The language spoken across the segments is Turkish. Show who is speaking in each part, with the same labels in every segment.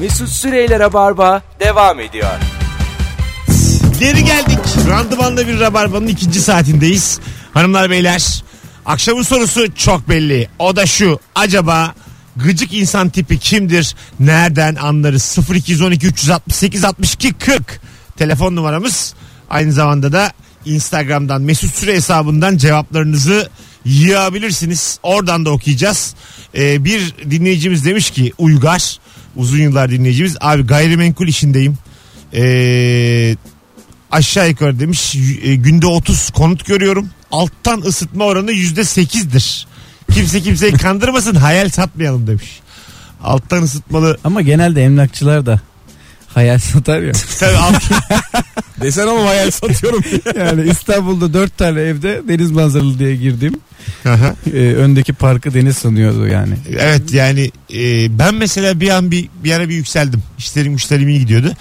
Speaker 1: Mesut Süreyler'e barba devam ediyor.
Speaker 2: Geri geldik. Randımanla bir Rabarba'nın ikinci saatindeyiz. Hanımlar beyler akşamın sorusu çok belli. O da şu acaba gıcık insan tipi kimdir? Nereden anlarız? 0212 368 62 40 telefon numaramız. Aynı zamanda da Instagram'dan Mesut Süre hesabından cevaplarınızı yığabilirsiniz. Oradan da okuyacağız. Ee, bir dinleyicimiz demiş ki Uygar uzun yıllar dinleyicimiz abi gayrimenkul işindeyim. Ee, aşağı yukarı demiş y- e, günde 30 konut görüyorum. Alttan ısıtma oranı %8'dir. Kimse kimseyi kandırmasın hayal satmayalım demiş. Alttan ısıtmalı.
Speaker 3: Ama genelde emlakçılar da hayal satar ya.
Speaker 2: Tabii alt,
Speaker 4: Desen ama hayal satıyorum.
Speaker 3: yani İstanbul'da dört tane evde deniz manzaralı diye girdim.
Speaker 2: Aha.
Speaker 3: Ee, öndeki parkı deniz sanıyordu yani.
Speaker 2: Evet yani e, ben mesela bir an bir, bir ara bir yükseldim. İşlerim müşterim iyi gidiyordu.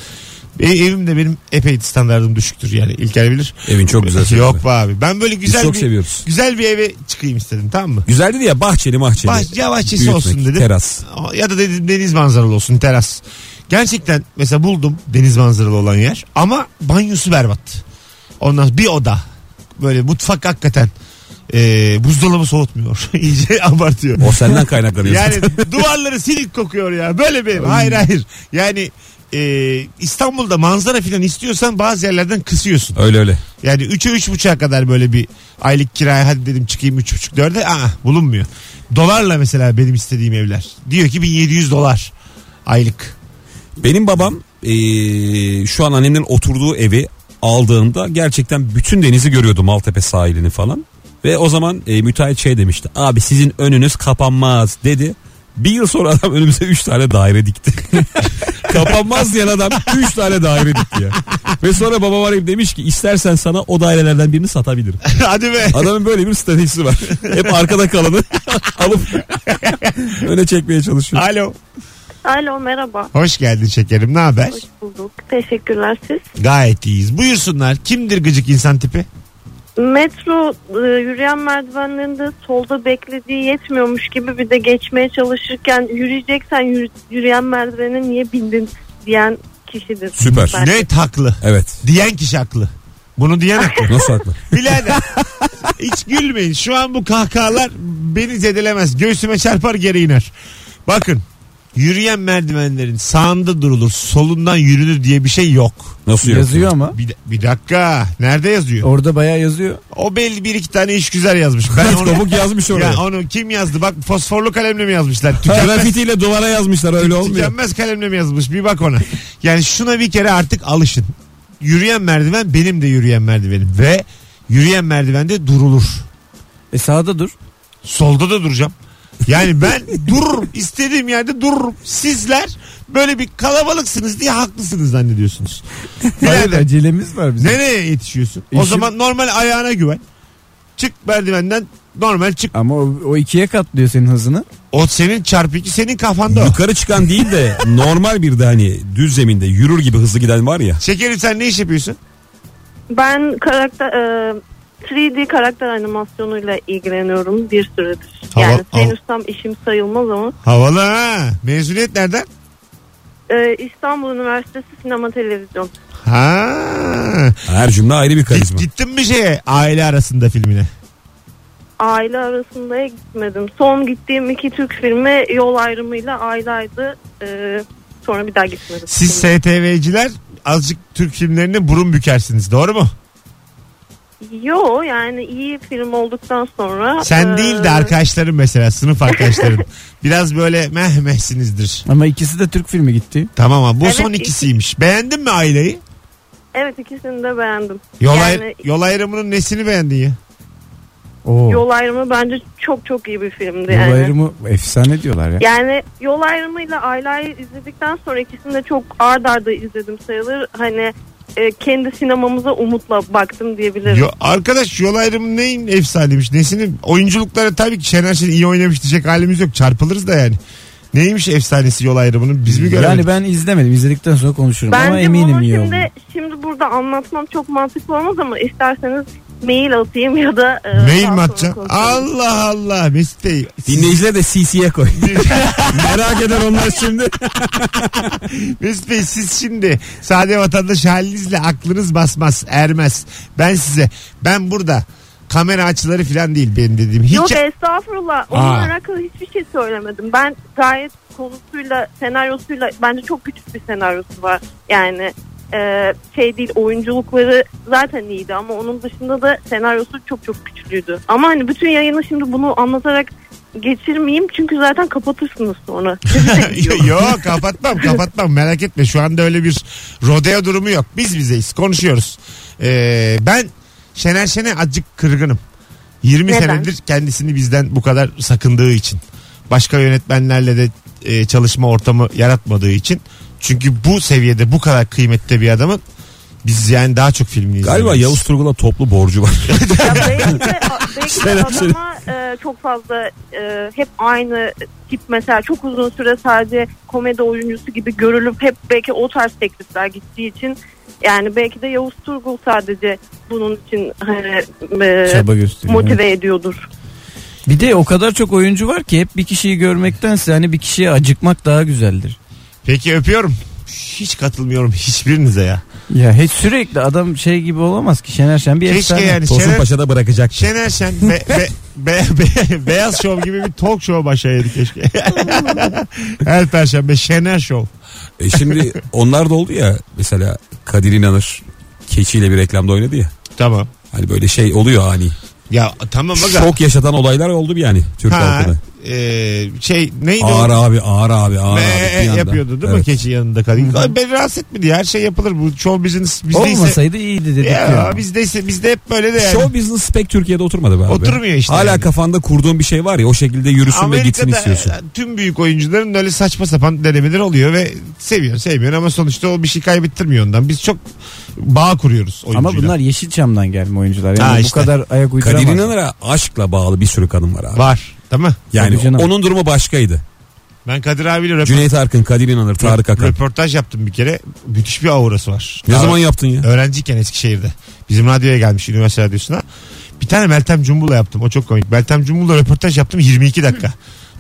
Speaker 2: E, evim de benim epey standartım düşüktür yani İlker bilir.
Speaker 4: Evin çok güzel.
Speaker 2: Yok be abi. Ben böyle
Speaker 4: Biz
Speaker 2: güzel
Speaker 4: çok
Speaker 2: bir
Speaker 4: seviyoruz.
Speaker 2: güzel bir eve çıkayım istedim tamam mı?
Speaker 4: Güzel dedi ya bahçeli mahçeli.
Speaker 2: Bah, ya bahçesi
Speaker 4: Büyütmek,
Speaker 2: olsun dedim.
Speaker 4: Teras.
Speaker 2: Ya da dedim deniz manzaralı olsun teras. Gerçekten mesela buldum deniz manzaralı olan yer ama banyosu berbat. Ondan bir oda. Böyle mutfak hakikaten e, buzdolabı soğutmuyor. İyice abartıyor.
Speaker 4: O senden kaynaklanıyor.
Speaker 2: Yani
Speaker 4: zaten.
Speaker 2: duvarları silik kokuyor ya. Böyle bir ev. Hayır hayır. Yani e, İstanbul'da manzara filan istiyorsan bazı yerlerden kısıyorsun.
Speaker 4: Öyle öyle.
Speaker 2: Yani 3'e 3.5'a kadar böyle bir aylık kiraya hadi dedim çıkayım 3.5 4'e aa bulunmuyor. Dolarla mesela benim istediğim evler. Diyor ki 1700 dolar aylık.
Speaker 4: Benim babam eee, şu an annemin oturduğu evi aldığında gerçekten bütün denizi görüyordu Maltepe sahilini falan. Ve o zaman eee, müteahhit şey demişti. Abi sizin önünüz kapanmaz dedi. Bir yıl sonra adam önümüze 3 tane daire dikti. kapanmaz diyen adam 3 tane daire dikti ya. Ve sonra babam arayıp demiş ki istersen sana o dairelerden birini satabilirim.
Speaker 2: hadi be.
Speaker 4: Adamın böyle bir stratejisi var. Hep arkada kalanı alıp öne çekmeye çalışıyor.
Speaker 2: Alo.
Speaker 5: Alo merhaba.
Speaker 2: Hoş geldin şekerim. Ne haber?
Speaker 5: Hoş bulduk. Teşekkürler siz.
Speaker 2: Gayet iyiyiz. Buyursunlar. Kimdir gıcık insan tipi?
Speaker 5: Metro e, yürüyen merdivenlerinde solda beklediği yetmiyormuş gibi bir de geçmeye çalışırken yürüyeceksen yürü- yürüyen merdivene niye bindin diyen kişidir.
Speaker 4: Süper.
Speaker 5: Ben-
Speaker 2: Net haklı.
Speaker 4: Evet.
Speaker 2: Diyen kişi haklı. Bunu diyen haklı.
Speaker 4: Nasıl haklı?
Speaker 2: Bilader hiç gülmeyin. Şu an bu kahkahalar beni zedelemez. Göğsüme çarpar geri iner. Bakın yürüyen merdivenlerin sağında durulur solundan yürünür diye bir şey yok.
Speaker 4: Nasıl yok?
Speaker 3: Yazıyor ama.
Speaker 2: Bir, bir dakika nerede yazıyor?
Speaker 3: Orada bayağı yazıyor.
Speaker 2: O belli bir iki tane iş güzel yazmış. Ben onu,
Speaker 4: Topuk yazmış oraya.
Speaker 2: ya onu kim yazdı? Bak fosforlu kalemle mi yazmışlar? Tükenmez,
Speaker 4: Grafitiyle duvara yazmışlar öyle olmuyor.
Speaker 2: tükenmez kalemle mi yazmış? Bir bak ona. Yani şuna bir kere artık alışın. Yürüyen merdiven benim de yürüyen merdivenim ve yürüyen merdivende durulur.
Speaker 3: E sağda dur.
Speaker 2: Solda da duracağım. Yani ben dururum. istediğim yerde dururum. Sizler böyle bir kalabalıksınız diye haklısınız zannediyorsunuz.
Speaker 3: Hayır
Speaker 2: Birader,
Speaker 3: acelemiz var bizim.
Speaker 2: nereye yetişiyorsun? O
Speaker 3: İşim-
Speaker 2: zaman normal ayağına güven. Çık merdivenden normal çık.
Speaker 3: Ama o, o ikiye katlıyor senin hızını.
Speaker 2: O senin çarpı iki senin kafanda o.
Speaker 4: Yukarı çıkan değil de normal bir de hani düz zeminde yürür gibi hızlı giden var ya.
Speaker 2: Şekerim sen ne iş yapıyorsun?
Speaker 5: Ben karakter e, 3D karakter animasyonuyla ilgileniyorum bir süredir.
Speaker 2: Hava-
Speaker 5: yani
Speaker 2: hava-
Speaker 5: henüz tam işim sayılmaz ama
Speaker 2: Havalı ha. Mezuniyet nereden?
Speaker 5: e, İstanbul Üniversitesi Sinema Televizyon.
Speaker 2: Ha.
Speaker 4: Her cümle ayrı bir
Speaker 2: Git,
Speaker 4: karizma.
Speaker 2: gittin mi şeye aile arasında filmine?
Speaker 5: Aile arasında gitmedim. Son gittiğim iki Türk filmi yol ayrımıyla ayleydi. E, sonra bir daha gitmedim.
Speaker 2: Siz STV'ciler azıcık Türk filmlerine burun bükersiniz doğru mu?
Speaker 5: Yo yani iyi film olduktan sonra.
Speaker 2: Sen
Speaker 5: e,
Speaker 2: değil de arkadaşların mesela sınıf arkadaşların. Biraz böyle mehmehsinizdir.
Speaker 3: Ama ikisi de Türk filmi gitti.
Speaker 2: Tamam ama bu
Speaker 5: Evet,
Speaker 2: son
Speaker 5: iki-
Speaker 2: ikisiymiş. Beğendin mi aileyi?
Speaker 5: Evet ikisini de beğendim.
Speaker 2: Yol,
Speaker 5: Yani-
Speaker 2: ayr- yol ayrımının nesini beğendin ya?
Speaker 3: Oo.
Speaker 5: Yol ayrımı bence çok çok iyi bir filmdi
Speaker 3: Yol
Speaker 5: yani.
Speaker 3: ayrımı efsane diyorlar ya.
Speaker 5: Yani yol ayrımıyla Ayla'yı izledikten sonra ikisini de çok ard arda izledim sayılır. Hani e, kendi sinemamıza umutla baktım diyebilirim.
Speaker 2: Yo- arkadaş yol ayrımı neyin efsaneymiş? Nesini? Oyunculukları tabii ki Şener Şen iyi oynamış diyecek halimiz yok. Çarpılırız da yani. Neymiş efsanesi yol ayrımının? Biz mi göremedik?
Speaker 3: Yani ben izlemedim. İzledikten sonra konuşurum ama
Speaker 5: Bence
Speaker 3: eminim
Speaker 5: bunu
Speaker 3: iyi
Speaker 5: şimdi,
Speaker 3: oldu.
Speaker 5: şimdi burada anlatmam çok mantıklı olmaz ama isterseniz mail atayım ya da e,
Speaker 2: Mail mi
Speaker 5: daha sonra
Speaker 2: atacaksın?
Speaker 5: konuşalım.
Speaker 2: Allah Allah Mesut Bey.
Speaker 4: Dinleyiciler de CC'ye koy. Merak eder onlar şimdi.
Speaker 2: Mesut Bey siz şimdi sade vatandaş halinizle aklınız basmaz ermez. Ben size ben burada kamera açıları falan değil benim dediğim. Hiç...
Speaker 5: Yok estağfurullah. Onunla
Speaker 2: Aa.
Speaker 5: alakalı hiçbir şey söylemedim. Ben gayet konusuyla, senaryosuyla bence çok küçük bir senaryosu var. Yani e, şey değil oyunculukları zaten iyiydi ama onun dışında da senaryosu çok çok küçülüydü. Ama hani bütün yayını şimdi bunu anlatarak geçirmeyeyim çünkü zaten kapatırsınız sonra.
Speaker 2: yok kapatmam kapatmam merak etme şu anda öyle bir rodeo durumu yok biz bizeyiz konuşuyoruz Ee, ben Şener Şen'e azıcık kırgınım 20
Speaker 5: Neden?
Speaker 2: senedir kendisini bizden bu kadar sakındığı için başka yönetmenlerle de e, çalışma ortamı yaratmadığı için çünkü bu seviyede bu kadar kıymetli bir adamın biz yani daha çok filmini
Speaker 4: Galiba
Speaker 2: izlemeliyiz.
Speaker 4: Yavuz Turgul'a toplu borcu var.
Speaker 5: Ya belki de, belki de
Speaker 4: Selam
Speaker 5: adama e, çok fazla e, hep aynı tip mesela çok uzun süre sadece komedi oyuncusu gibi görülüp hep belki o tarz teklifler gittiği için yani belki de Yavuz Turgul sadece bunun için hani e,
Speaker 3: Çaba gösteriyor.
Speaker 5: motive ediyordur.
Speaker 3: Bir de o kadar çok oyuncu var ki hep bir kişiyi görmektense hani bir kişiye acıkmak daha güzeldir.
Speaker 2: Peki öpüyorum. Hiç katılmıyorum hiçbirinize ya.
Speaker 3: Ya hiç sürekli adam şey gibi olamaz ki Şener Şen bir
Speaker 2: Keşke
Speaker 3: efsane.
Speaker 2: yani
Speaker 4: Tosun
Speaker 2: hani Şener,
Speaker 4: Paşa'da bırakacak.
Speaker 2: Şener Şen be- be- be- be- Beyaz Şov gibi bir talk show başlayaydı keşke. Her perşembe Şener Show.
Speaker 4: E şimdi onlar da oldu ya mesela Kadir İnanır keçiyle bir reklamda oynadı ya.
Speaker 2: Tamam.
Speaker 4: Hani böyle şey oluyor ani.
Speaker 2: Ya tamam aga.
Speaker 4: Şok yaşatan olaylar oldu bir yani Türk
Speaker 2: Ha,
Speaker 4: halkına.
Speaker 2: e, şey neydi
Speaker 4: Ağır
Speaker 2: o?
Speaker 4: abi ağır abi ağır
Speaker 2: Ve-
Speaker 4: abi. bir anda.
Speaker 2: yapıyordu değil mi
Speaker 4: Evet.
Speaker 2: keçi yanında kadın? Ay, Beni rahatsız etmedi ya. her şey yapılır bu show business bizdeyse.
Speaker 3: Olmasaydı iyiydi dedik
Speaker 2: Ya,
Speaker 3: ya.
Speaker 2: bizdeyse bizde hep böyle de yani.
Speaker 4: Show business pek Türkiye'de oturmadı be abi.
Speaker 2: Oturmuyor işte
Speaker 4: Hala
Speaker 2: yani.
Speaker 4: kafanda kurduğun bir şey var ya o şekilde yürüsün ve gitsin istiyorsun.
Speaker 2: e, tüm büyük oyuncuların öyle saçma sapan denemeleri oluyor ve seviyor sevmiyor ama sonuçta o bir şey kaybettirmiyor ondan. Biz çok bağ kuruyoruz oyuncuyla.
Speaker 3: Ama bunlar Yeşilçam'dan gelme oyuncular. Yani
Speaker 2: Ha
Speaker 3: bu
Speaker 2: işte.
Speaker 3: kadar ayak
Speaker 4: Kadir
Speaker 3: uyduramaz.
Speaker 4: İnanır'a aşkla bağlı bir sürü kadın var abi.
Speaker 2: var değil mi?
Speaker 4: Yani
Speaker 3: Tabii canım.
Speaker 4: onun durumu başkaydı.
Speaker 2: Ben Kadir abiyle röportaj,
Speaker 4: Cüneyt Arkın, Kadir İnanır, Tarık Akan.
Speaker 2: röportaj yaptım bir kere. Müthiş bir aurası var.
Speaker 4: Ne
Speaker 2: Daha
Speaker 4: zaman yaptın ya?
Speaker 2: Öğrenciyken Eskişehir'de. Bizim radyoya gelmiş üniversite radyosuna. Bir tane Meltem Cumbul'la yaptım. O çok komik. Meltem Cumbul'la röportaj yaptım 22 dakika.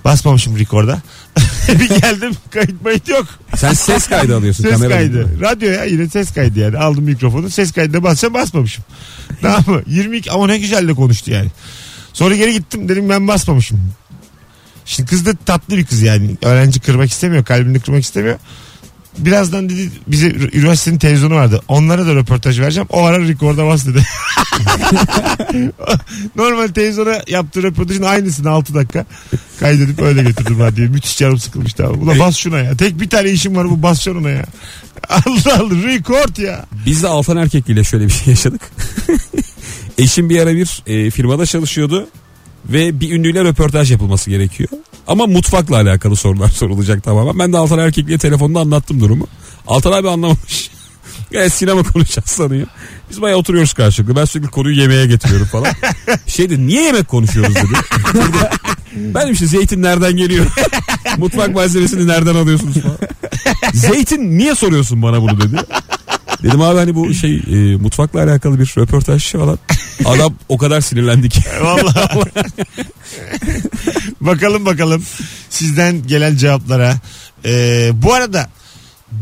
Speaker 2: Basmamışım rekorda. bir geldim kayıt mayıt yok.
Speaker 4: Sen ses kaydı alıyorsun.
Speaker 2: Ses
Speaker 4: kamera
Speaker 2: kaydı.
Speaker 4: değil.
Speaker 2: Radyo ya yine ses kaydı yani. Aldım mikrofonu ses kaydına basacağım basmamışım. tamam mı? 22 ama ne güzel de konuştu yani. Sonra geri gittim dedim ben basmamışım. Şimdi kız da tatlı bir kız yani. Öğrenci kırmak istemiyor. Kalbini kırmak istemiyor. Birazdan dedi bize ü- üniversitenin televizyonu vardı. Onlara da röportaj vereceğim. O ara rekorda bas dedi. Normal televizyona yaptığı röportajın aynısını 6 dakika kaydedip öyle götürdüm radyoya. Müthiş canım sıkılmıştı abi. Ulan bas şuna ya. Tek bir tane işim var bu bas şuna ya. Allah Allah rekord ya.
Speaker 4: Biz de Altan Erkekli ile şöyle bir şey yaşadık. Eşim bir ara bir e, firmada çalışıyordu ve bir ünlüyle röportaj yapılması gerekiyor. Ama mutfakla alakalı sorular sorulacak tamamen. Ben de Altan Erkekli'ye telefonda anlattım durumu. Altan abi anlamamış. Gayet sinema konuşacağız sanıyor. Biz bayağı oturuyoruz karşılıklı. Ben sürekli konuyu yemeğe getiriyorum falan. şey dedi niye yemek konuşuyoruz dedi. ben dedim işte zeytin nereden geliyor? Mutfak malzemesini nereden alıyorsunuz falan. Zeytin niye soruyorsun bana bunu dedi. Dedim abi hani bu şey e, mutfakla alakalı bir röportaj falan. Adam o kadar sinirlendi ki.
Speaker 2: Vallahi. bakalım bakalım sizden gelen cevaplara. Ee, bu arada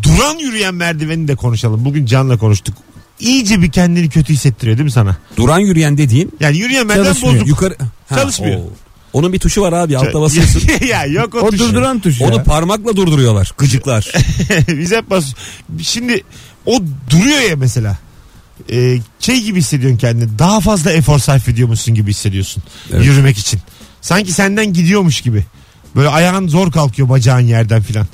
Speaker 2: duran yürüyen merdiveni de konuşalım. Bugün Can'la konuştuk. İyice bir kendini kötü hissettiriyor değil mi sana?
Speaker 4: Duran yürüyen dediğin
Speaker 2: Yani yürüyen merdiven
Speaker 3: Çalışmıyor.
Speaker 2: bozuk.
Speaker 4: yukarı...
Speaker 2: Çalışmıyor.
Speaker 4: o. Onun bir tuşu var abi altta basıyorsun.
Speaker 2: ya yok o,
Speaker 3: O
Speaker 2: tuş.
Speaker 3: durduran tuş ya.
Speaker 4: Onu parmakla durduruyorlar gıcıklar.
Speaker 2: Biz hep bas. Şimdi o duruyor ya mesela. Ee, şey gibi hissediyorsun kendini. Daha fazla efor sarf ediyormuşsun gibi hissediyorsun.
Speaker 4: Evet.
Speaker 2: Yürümek için. Sanki senden gidiyormuş gibi. Böyle ayağın zor kalkıyor bacağın yerden filan.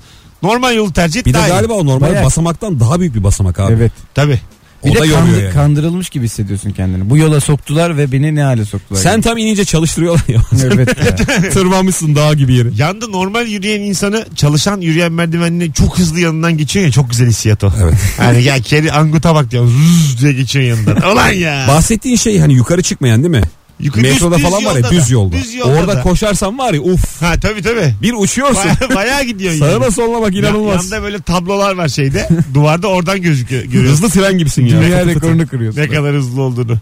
Speaker 2: Normal yolu tercih et.
Speaker 4: Bir de
Speaker 2: daha iyi.
Speaker 4: galiba o normal
Speaker 3: Bayağı-
Speaker 4: basamaktan daha büyük bir basamak abi.
Speaker 3: Evet.
Speaker 2: Tabii.
Speaker 4: O
Speaker 3: Bir
Speaker 4: da
Speaker 3: de
Speaker 4: yoruyor
Speaker 3: kandı-
Speaker 4: yani.
Speaker 3: kandırılmış gibi hissediyorsun kendini. Bu yola soktular ve beni ne hale soktular.
Speaker 4: Sen tam inince çalıştırıyorlar ya.
Speaker 3: evet. ya.
Speaker 4: Tırmanmışsın dağ gibi yeri.
Speaker 2: Yanda normal yürüyen insanı çalışan yürüyen merdivenle çok hızlı yanından geçiyor ya çok güzel hissiyat o.
Speaker 4: Evet.
Speaker 2: Yani ya kedi anguta bak diyor. Zuz diye geçiyor yanından. Ulan ya.
Speaker 4: Bahsettiğin şey hani yukarı çıkmayan değil mi?
Speaker 2: Yukarı- düz-
Speaker 4: Metroda
Speaker 2: düz
Speaker 4: falan var ya
Speaker 2: yolda
Speaker 4: düz
Speaker 2: da,
Speaker 4: yolda.
Speaker 2: düz yolda
Speaker 4: Orada
Speaker 2: da.
Speaker 4: koşarsan var ya uf
Speaker 2: Ha tabii tabii.
Speaker 4: bir uçuyorsun.
Speaker 2: Baya, bayağı gidiyorsun
Speaker 4: Sağına soluna bak inanılmaz.
Speaker 2: Yanda böyle tablolar var şeyde. duvarda oradan gözüküyor. Görüyorsun.
Speaker 4: Hızlı tren gibisin ya.
Speaker 3: Dünya
Speaker 4: Fıtı fıtı.
Speaker 3: rekorunu kırıyorsun.
Speaker 2: Ne kadar hızlı olduğunu.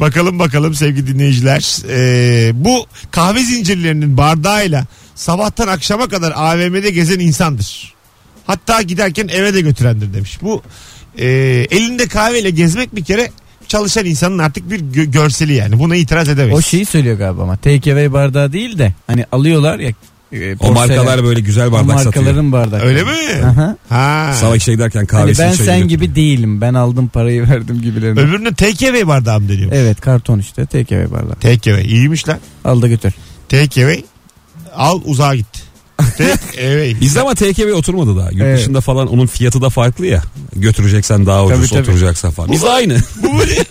Speaker 2: Bakalım bakalım sevgili dinleyiciler. Ee, bu kahve zincirlerinin bardağıyla sabahtan akşama kadar AVM'de gezen insandır. Hatta giderken eve de götürendir demiş. Bu e, elinde kahveyle gezmek bir kere çalışan insanın artık bir gö- görseli yani. Buna itiraz edemeyiz.
Speaker 3: O şey- şeyi söylüyor galiba ama take away bardağı değil de hani alıyorlar ya e,
Speaker 4: O
Speaker 3: porselen,
Speaker 4: markalar böyle güzel
Speaker 3: o
Speaker 4: bardak satıyor.
Speaker 3: markaların bardak.
Speaker 2: Öyle mi?
Speaker 3: Aha.
Speaker 2: Ha.
Speaker 4: Sabah işe giderken
Speaker 3: Hani
Speaker 4: kahvesini
Speaker 3: ben
Speaker 4: çayını
Speaker 3: sen
Speaker 4: götürüyor.
Speaker 3: gibi değilim. Ben aldım parayı verdim gibilerine.
Speaker 2: Öbürüne TKV bardağı mı deniyor?
Speaker 3: Evet karton işte take away bardağı.
Speaker 2: TKV iyiymiş lan.
Speaker 3: Al da götür.
Speaker 2: Take away. Al uzağa git. Take away.
Speaker 4: Bizde ama TKV oturmadı daha. Yurt
Speaker 3: Evet.
Speaker 4: dışında falan onun fiyatı da farklı ya. Götüreceksen daha ucuz,
Speaker 3: Tabii, tabii.
Speaker 4: oturacaksan falan. Bizde aynı.
Speaker 2: Bu böyle e,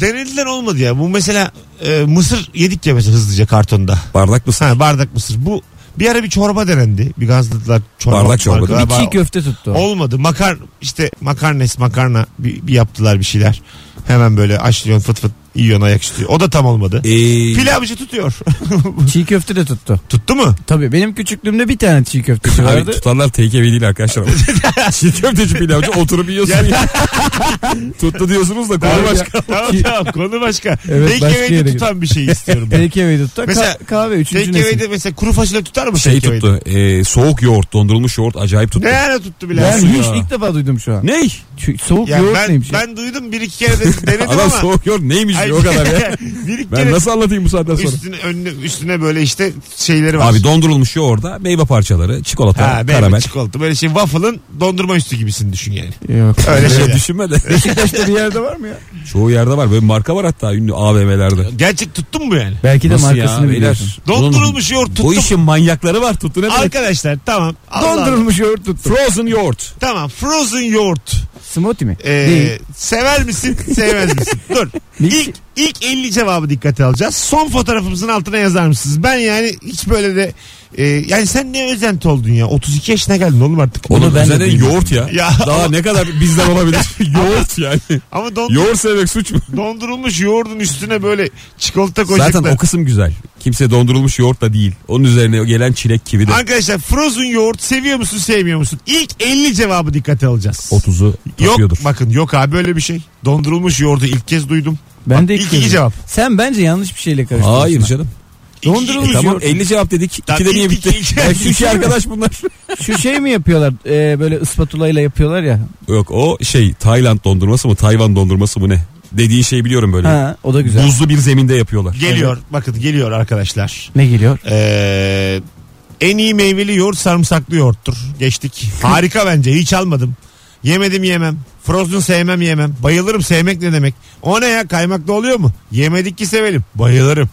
Speaker 2: denediler olmadı ya. Bu mesela e, mısır yedik ya mesela hızlıca kartonda.
Speaker 4: Bardak mısın?
Speaker 2: Ha, bardak mısır. Bu bir ara bir çorba denendi. Bir gazladılar çorba.
Speaker 4: Bardak çorba
Speaker 2: markalar.
Speaker 4: değil
Speaker 3: Bir çiğ
Speaker 2: Bar-
Speaker 3: köfte tuttu. o.
Speaker 2: Olmadı. Makar işte makarnes makarna bir, bir yaptılar bir şeyler. Hemen böyle açlıyorsun fıt fıt yiyorsun ayak üstü. O da tam olmadı.
Speaker 3: E,
Speaker 4: Ee,
Speaker 2: Pilavcı tutuyor.
Speaker 3: Çiğ köfte de tuttu.
Speaker 2: Tuttu mu?
Speaker 3: Tabii benim küçüklüğümde bir tane çiğ köfteci
Speaker 4: Abi
Speaker 3: vardı.
Speaker 4: tutanlar TKV değil arkadaşlar. Çiğ köfteci pilavcı oturup yiyorsun. ya. Tuttu diyorsunuz da konu
Speaker 2: Tamam,
Speaker 4: başka.
Speaker 2: tamam tamam konu başka.
Speaker 3: Evet,
Speaker 2: Evet,
Speaker 3: başka yere git.
Speaker 2: tutan bir şey istiyorum. ben.
Speaker 3: take away tuttu. Ka-
Speaker 2: Mesela-
Speaker 3: kahve üçüncü nesil.
Speaker 2: Takeaway'de mesela kuru fasulye tutar mı?
Speaker 4: Şey
Speaker 2: takeaway'de?
Speaker 4: tuttu. ee, soğuk yoğurt, dondurulmuş yoğurt acayip tuttu.
Speaker 2: Ne ara tuttu bile.
Speaker 3: Ben
Speaker 2: aslında?
Speaker 3: hiç
Speaker 4: ya?
Speaker 3: ilk defa duydum şu an.
Speaker 4: Ne?
Speaker 3: Çü- Soğuk
Speaker 2: Ya
Speaker 3: yoğurt
Speaker 2: ben,
Speaker 3: neymiş? ya?
Speaker 2: ben duydum bir iki kere de denedim
Speaker 4: Adam
Speaker 2: ama.
Speaker 4: soğuk yoğurt neymiş
Speaker 2: Ay,
Speaker 4: ya o kadar ya.
Speaker 2: bir iki
Speaker 4: Ben
Speaker 2: kere
Speaker 4: nasıl anlatayım bu saatten sonra?
Speaker 2: üstüne, önüne, üstüne böyle işte şeyleri var.
Speaker 4: Abi dondurulmuş yoğurda meyve parçaları, çikolata,
Speaker 2: ha, böyle
Speaker 4: karamel.
Speaker 2: çikolata böyle şey waffle'ın dondurma üstü gibisin düşün yani.
Speaker 3: Yok.
Speaker 2: Öyle
Speaker 4: Öyle
Speaker 2: şeyler.
Speaker 4: düşünme de.
Speaker 3: Beşiktaş'ta bir yerde var mı ya?
Speaker 4: Çoğu yerde var. Böyle marka var hatta ünlü AVM'lerde.
Speaker 2: Gerçek tuttun mu yani?
Speaker 3: Belki de
Speaker 4: Nasıl ya,
Speaker 3: markasını
Speaker 4: beyler?
Speaker 3: biliyorsun.
Speaker 2: Dondurulmuş yoğurt tuttum.
Speaker 4: Bu işin manyakları var. Tuttu ne demek?
Speaker 2: Arkadaşlar tamam. Allah Allah.
Speaker 3: Dondurulmuş yoğurt tuttu.
Speaker 4: Frozen yoğurt.
Speaker 2: Tamam frozen yoğurt.
Speaker 3: Smoothie mi?
Speaker 2: Ee,
Speaker 3: Değil. şey-
Speaker 2: sever misin sevmez misin? Dur.
Speaker 3: Milk-
Speaker 2: İlk, ilk 50 cevabı dikkate alacağız. Son fotoğrafımızın altına yazar mısınız? Ben yani hiç böyle de e, yani sen ne özenti oldun ya? 32 yaşına geldin oğlum artık.
Speaker 3: Onu
Speaker 4: Oğlum
Speaker 3: ben de
Speaker 4: zaten
Speaker 3: bilmiyorum.
Speaker 4: yoğurt ya.
Speaker 2: Ya.
Speaker 4: Daha ne kadar bizden olabilir? yoğurt yani.
Speaker 2: Ama don-
Speaker 4: Yoğurt sevmek suç mu?
Speaker 2: dondurulmuş yoğurdun üstüne böyle çikolata koyacaklar.
Speaker 4: Zaten o kısım güzel. Kimse dondurulmuş yoğurt da değil. Onun üzerine gelen çilek kivi de.
Speaker 2: Arkadaşlar frozen yoğurt seviyor musun sevmiyor musun? İlk 50 cevabı dikkate alacağız.
Speaker 4: 30'u
Speaker 2: Yok
Speaker 4: takıyordur.
Speaker 2: bakın yok abi böyle bir şey. Dondurulmuş yoğurdu ilk kez duydum.
Speaker 3: Ben de
Speaker 2: İlk
Speaker 3: ilk
Speaker 2: iki
Speaker 3: kez-
Speaker 2: cevap.
Speaker 3: Sen bence yanlış bir şeyle karıştırıyorsun.
Speaker 4: Hayır canım. E
Speaker 2: İlk-
Speaker 3: Dondurulmuş
Speaker 2: ilk-
Speaker 4: Tamam
Speaker 3: yoğurt.
Speaker 4: 50 cevap dedik.
Speaker 2: Tamam,
Speaker 4: 2 de niye
Speaker 2: ilk-
Speaker 4: bitti?
Speaker 2: ilk- ilk-
Speaker 4: Belki
Speaker 3: ilk-
Speaker 4: iki arkadaş bunlar.
Speaker 3: Şu şey mi yapıyorlar? Ee, böyle ıspatulayla yapıyorlar ya.
Speaker 4: Yok o şey Tayland dondurması mı Tayvan dondurması mı ne? Dediğin şeyi biliyorum böyle.
Speaker 3: Ha, o da güzel.
Speaker 4: Buzlu bir zeminde yapıyorlar.
Speaker 2: Geliyor bakın geliyor arkadaşlar.
Speaker 3: Ne geliyor?
Speaker 2: Ee, en iyi meyveli yoğurt sarımsaklı yoğurttur. Geçtik. Harika bence hiç almadım. Yemedim yemem. Frozen sevmem yemem. Bayılırım sevmek ne demek? O ne ya kaymaklı oluyor mu? Yemedik ki sevelim. Bayılırım.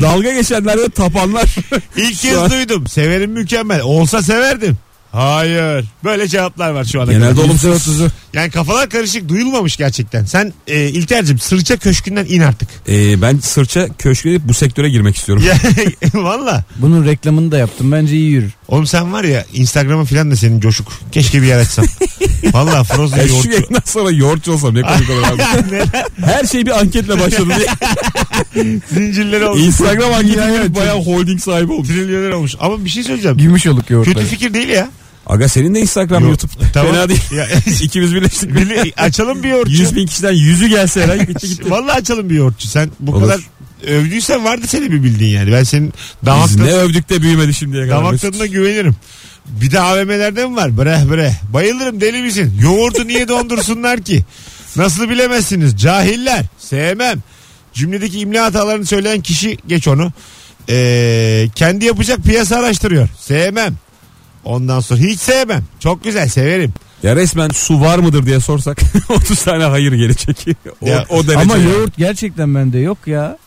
Speaker 4: Dalga geçenler ve tapanlar.
Speaker 2: İlk
Speaker 4: Şu
Speaker 2: kez
Speaker 4: an-
Speaker 2: duydum. Severim mükemmel. Olsa severdim. Hayır. Böyle cevaplar var şu ana kadar.
Speaker 4: Genelde
Speaker 3: Yüzde
Speaker 4: olumsuz.
Speaker 3: otuzu.
Speaker 2: Yani kafalar karışık duyulmamış gerçekten. Sen e, İlter'cim sırça köşkünden in artık.
Speaker 4: Ee, ben sırça köşke edip bu sektöre girmek istiyorum.
Speaker 2: Ya, Valla.
Speaker 3: Bunun reklamını da yaptım. Bence iyi yürür.
Speaker 2: Oğlum sen var ya Instagram'a falan da senin coşuk. Keşke bir yer açsan. Valla Frozen
Speaker 4: Ya şu
Speaker 2: yoğurt.
Speaker 4: yayından sonra yoğurtçu olsam ne komik olur abi.
Speaker 2: Neler?
Speaker 4: Her şey bir anketle başladı diye.
Speaker 2: Zincirleri olmuş.
Speaker 4: Instagram anketi bayağı holding sahibi olmuş.
Speaker 2: Trilyoner olmuş. Ama bir şey söyleyeceğim.
Speaker 3: Gümüş oluk
Speaker 2: Kötü
Speaker 3: yoğurtları.
Speaker 2: fikir değil ya.
Speaker 4: Aga senin de Instagram,
Speaker 2: Yok.
Speaker 4: YouTube.
Speaker 2: Tamam.
Speaker 4: Fena değil.
Speaker 2: Ya,
Speaker 4: İkimiz birleştik.
Speaker 2: bili- açalım bir yoğurtçu.
Speaker 4: 100 bin kişiden 100'ü gelse herhangi bitti gitti.
Speaker 2: Valla açalım bir yoğurtçu. Sen bu
Speaker 4: Olur.
Speaker 2: kadar övdüysen vardı seni bir bildiğin yani. Ben senin damak
Speaker 4: Biz
Speaker 2: tadına-
Speaker 4: ne övdük de büyümedi şimdiye kadar.
Speaker 2: Damak
Speaker 4: Mesut.
Speaker 2: tadına güvenirim. Bir de AVM'lerde mi var? Breh breh. Bayılırım deli misin? Yoğurdu niye dondursunlar ki? Nasıl bilemezsiniz? Cahiller. Sevmem. Cümledeki imla hatalarını söyleyen kişi geç onu. Ee, kendi yapacak piyasa araştırıyor. Sevmem. Ondan sonra hiç sevmem. Çok güzel severim.
Speaker 4: Ya resmen su var mıdır diye sorsak 30 tane hayır gelecek. O,
Speaker 2: Ya,
Speaker 4: o derece.
Speaker 3: Ama
Speaker 4: yani.
Speaker 3: yoğurt gerçekten bende yok ya.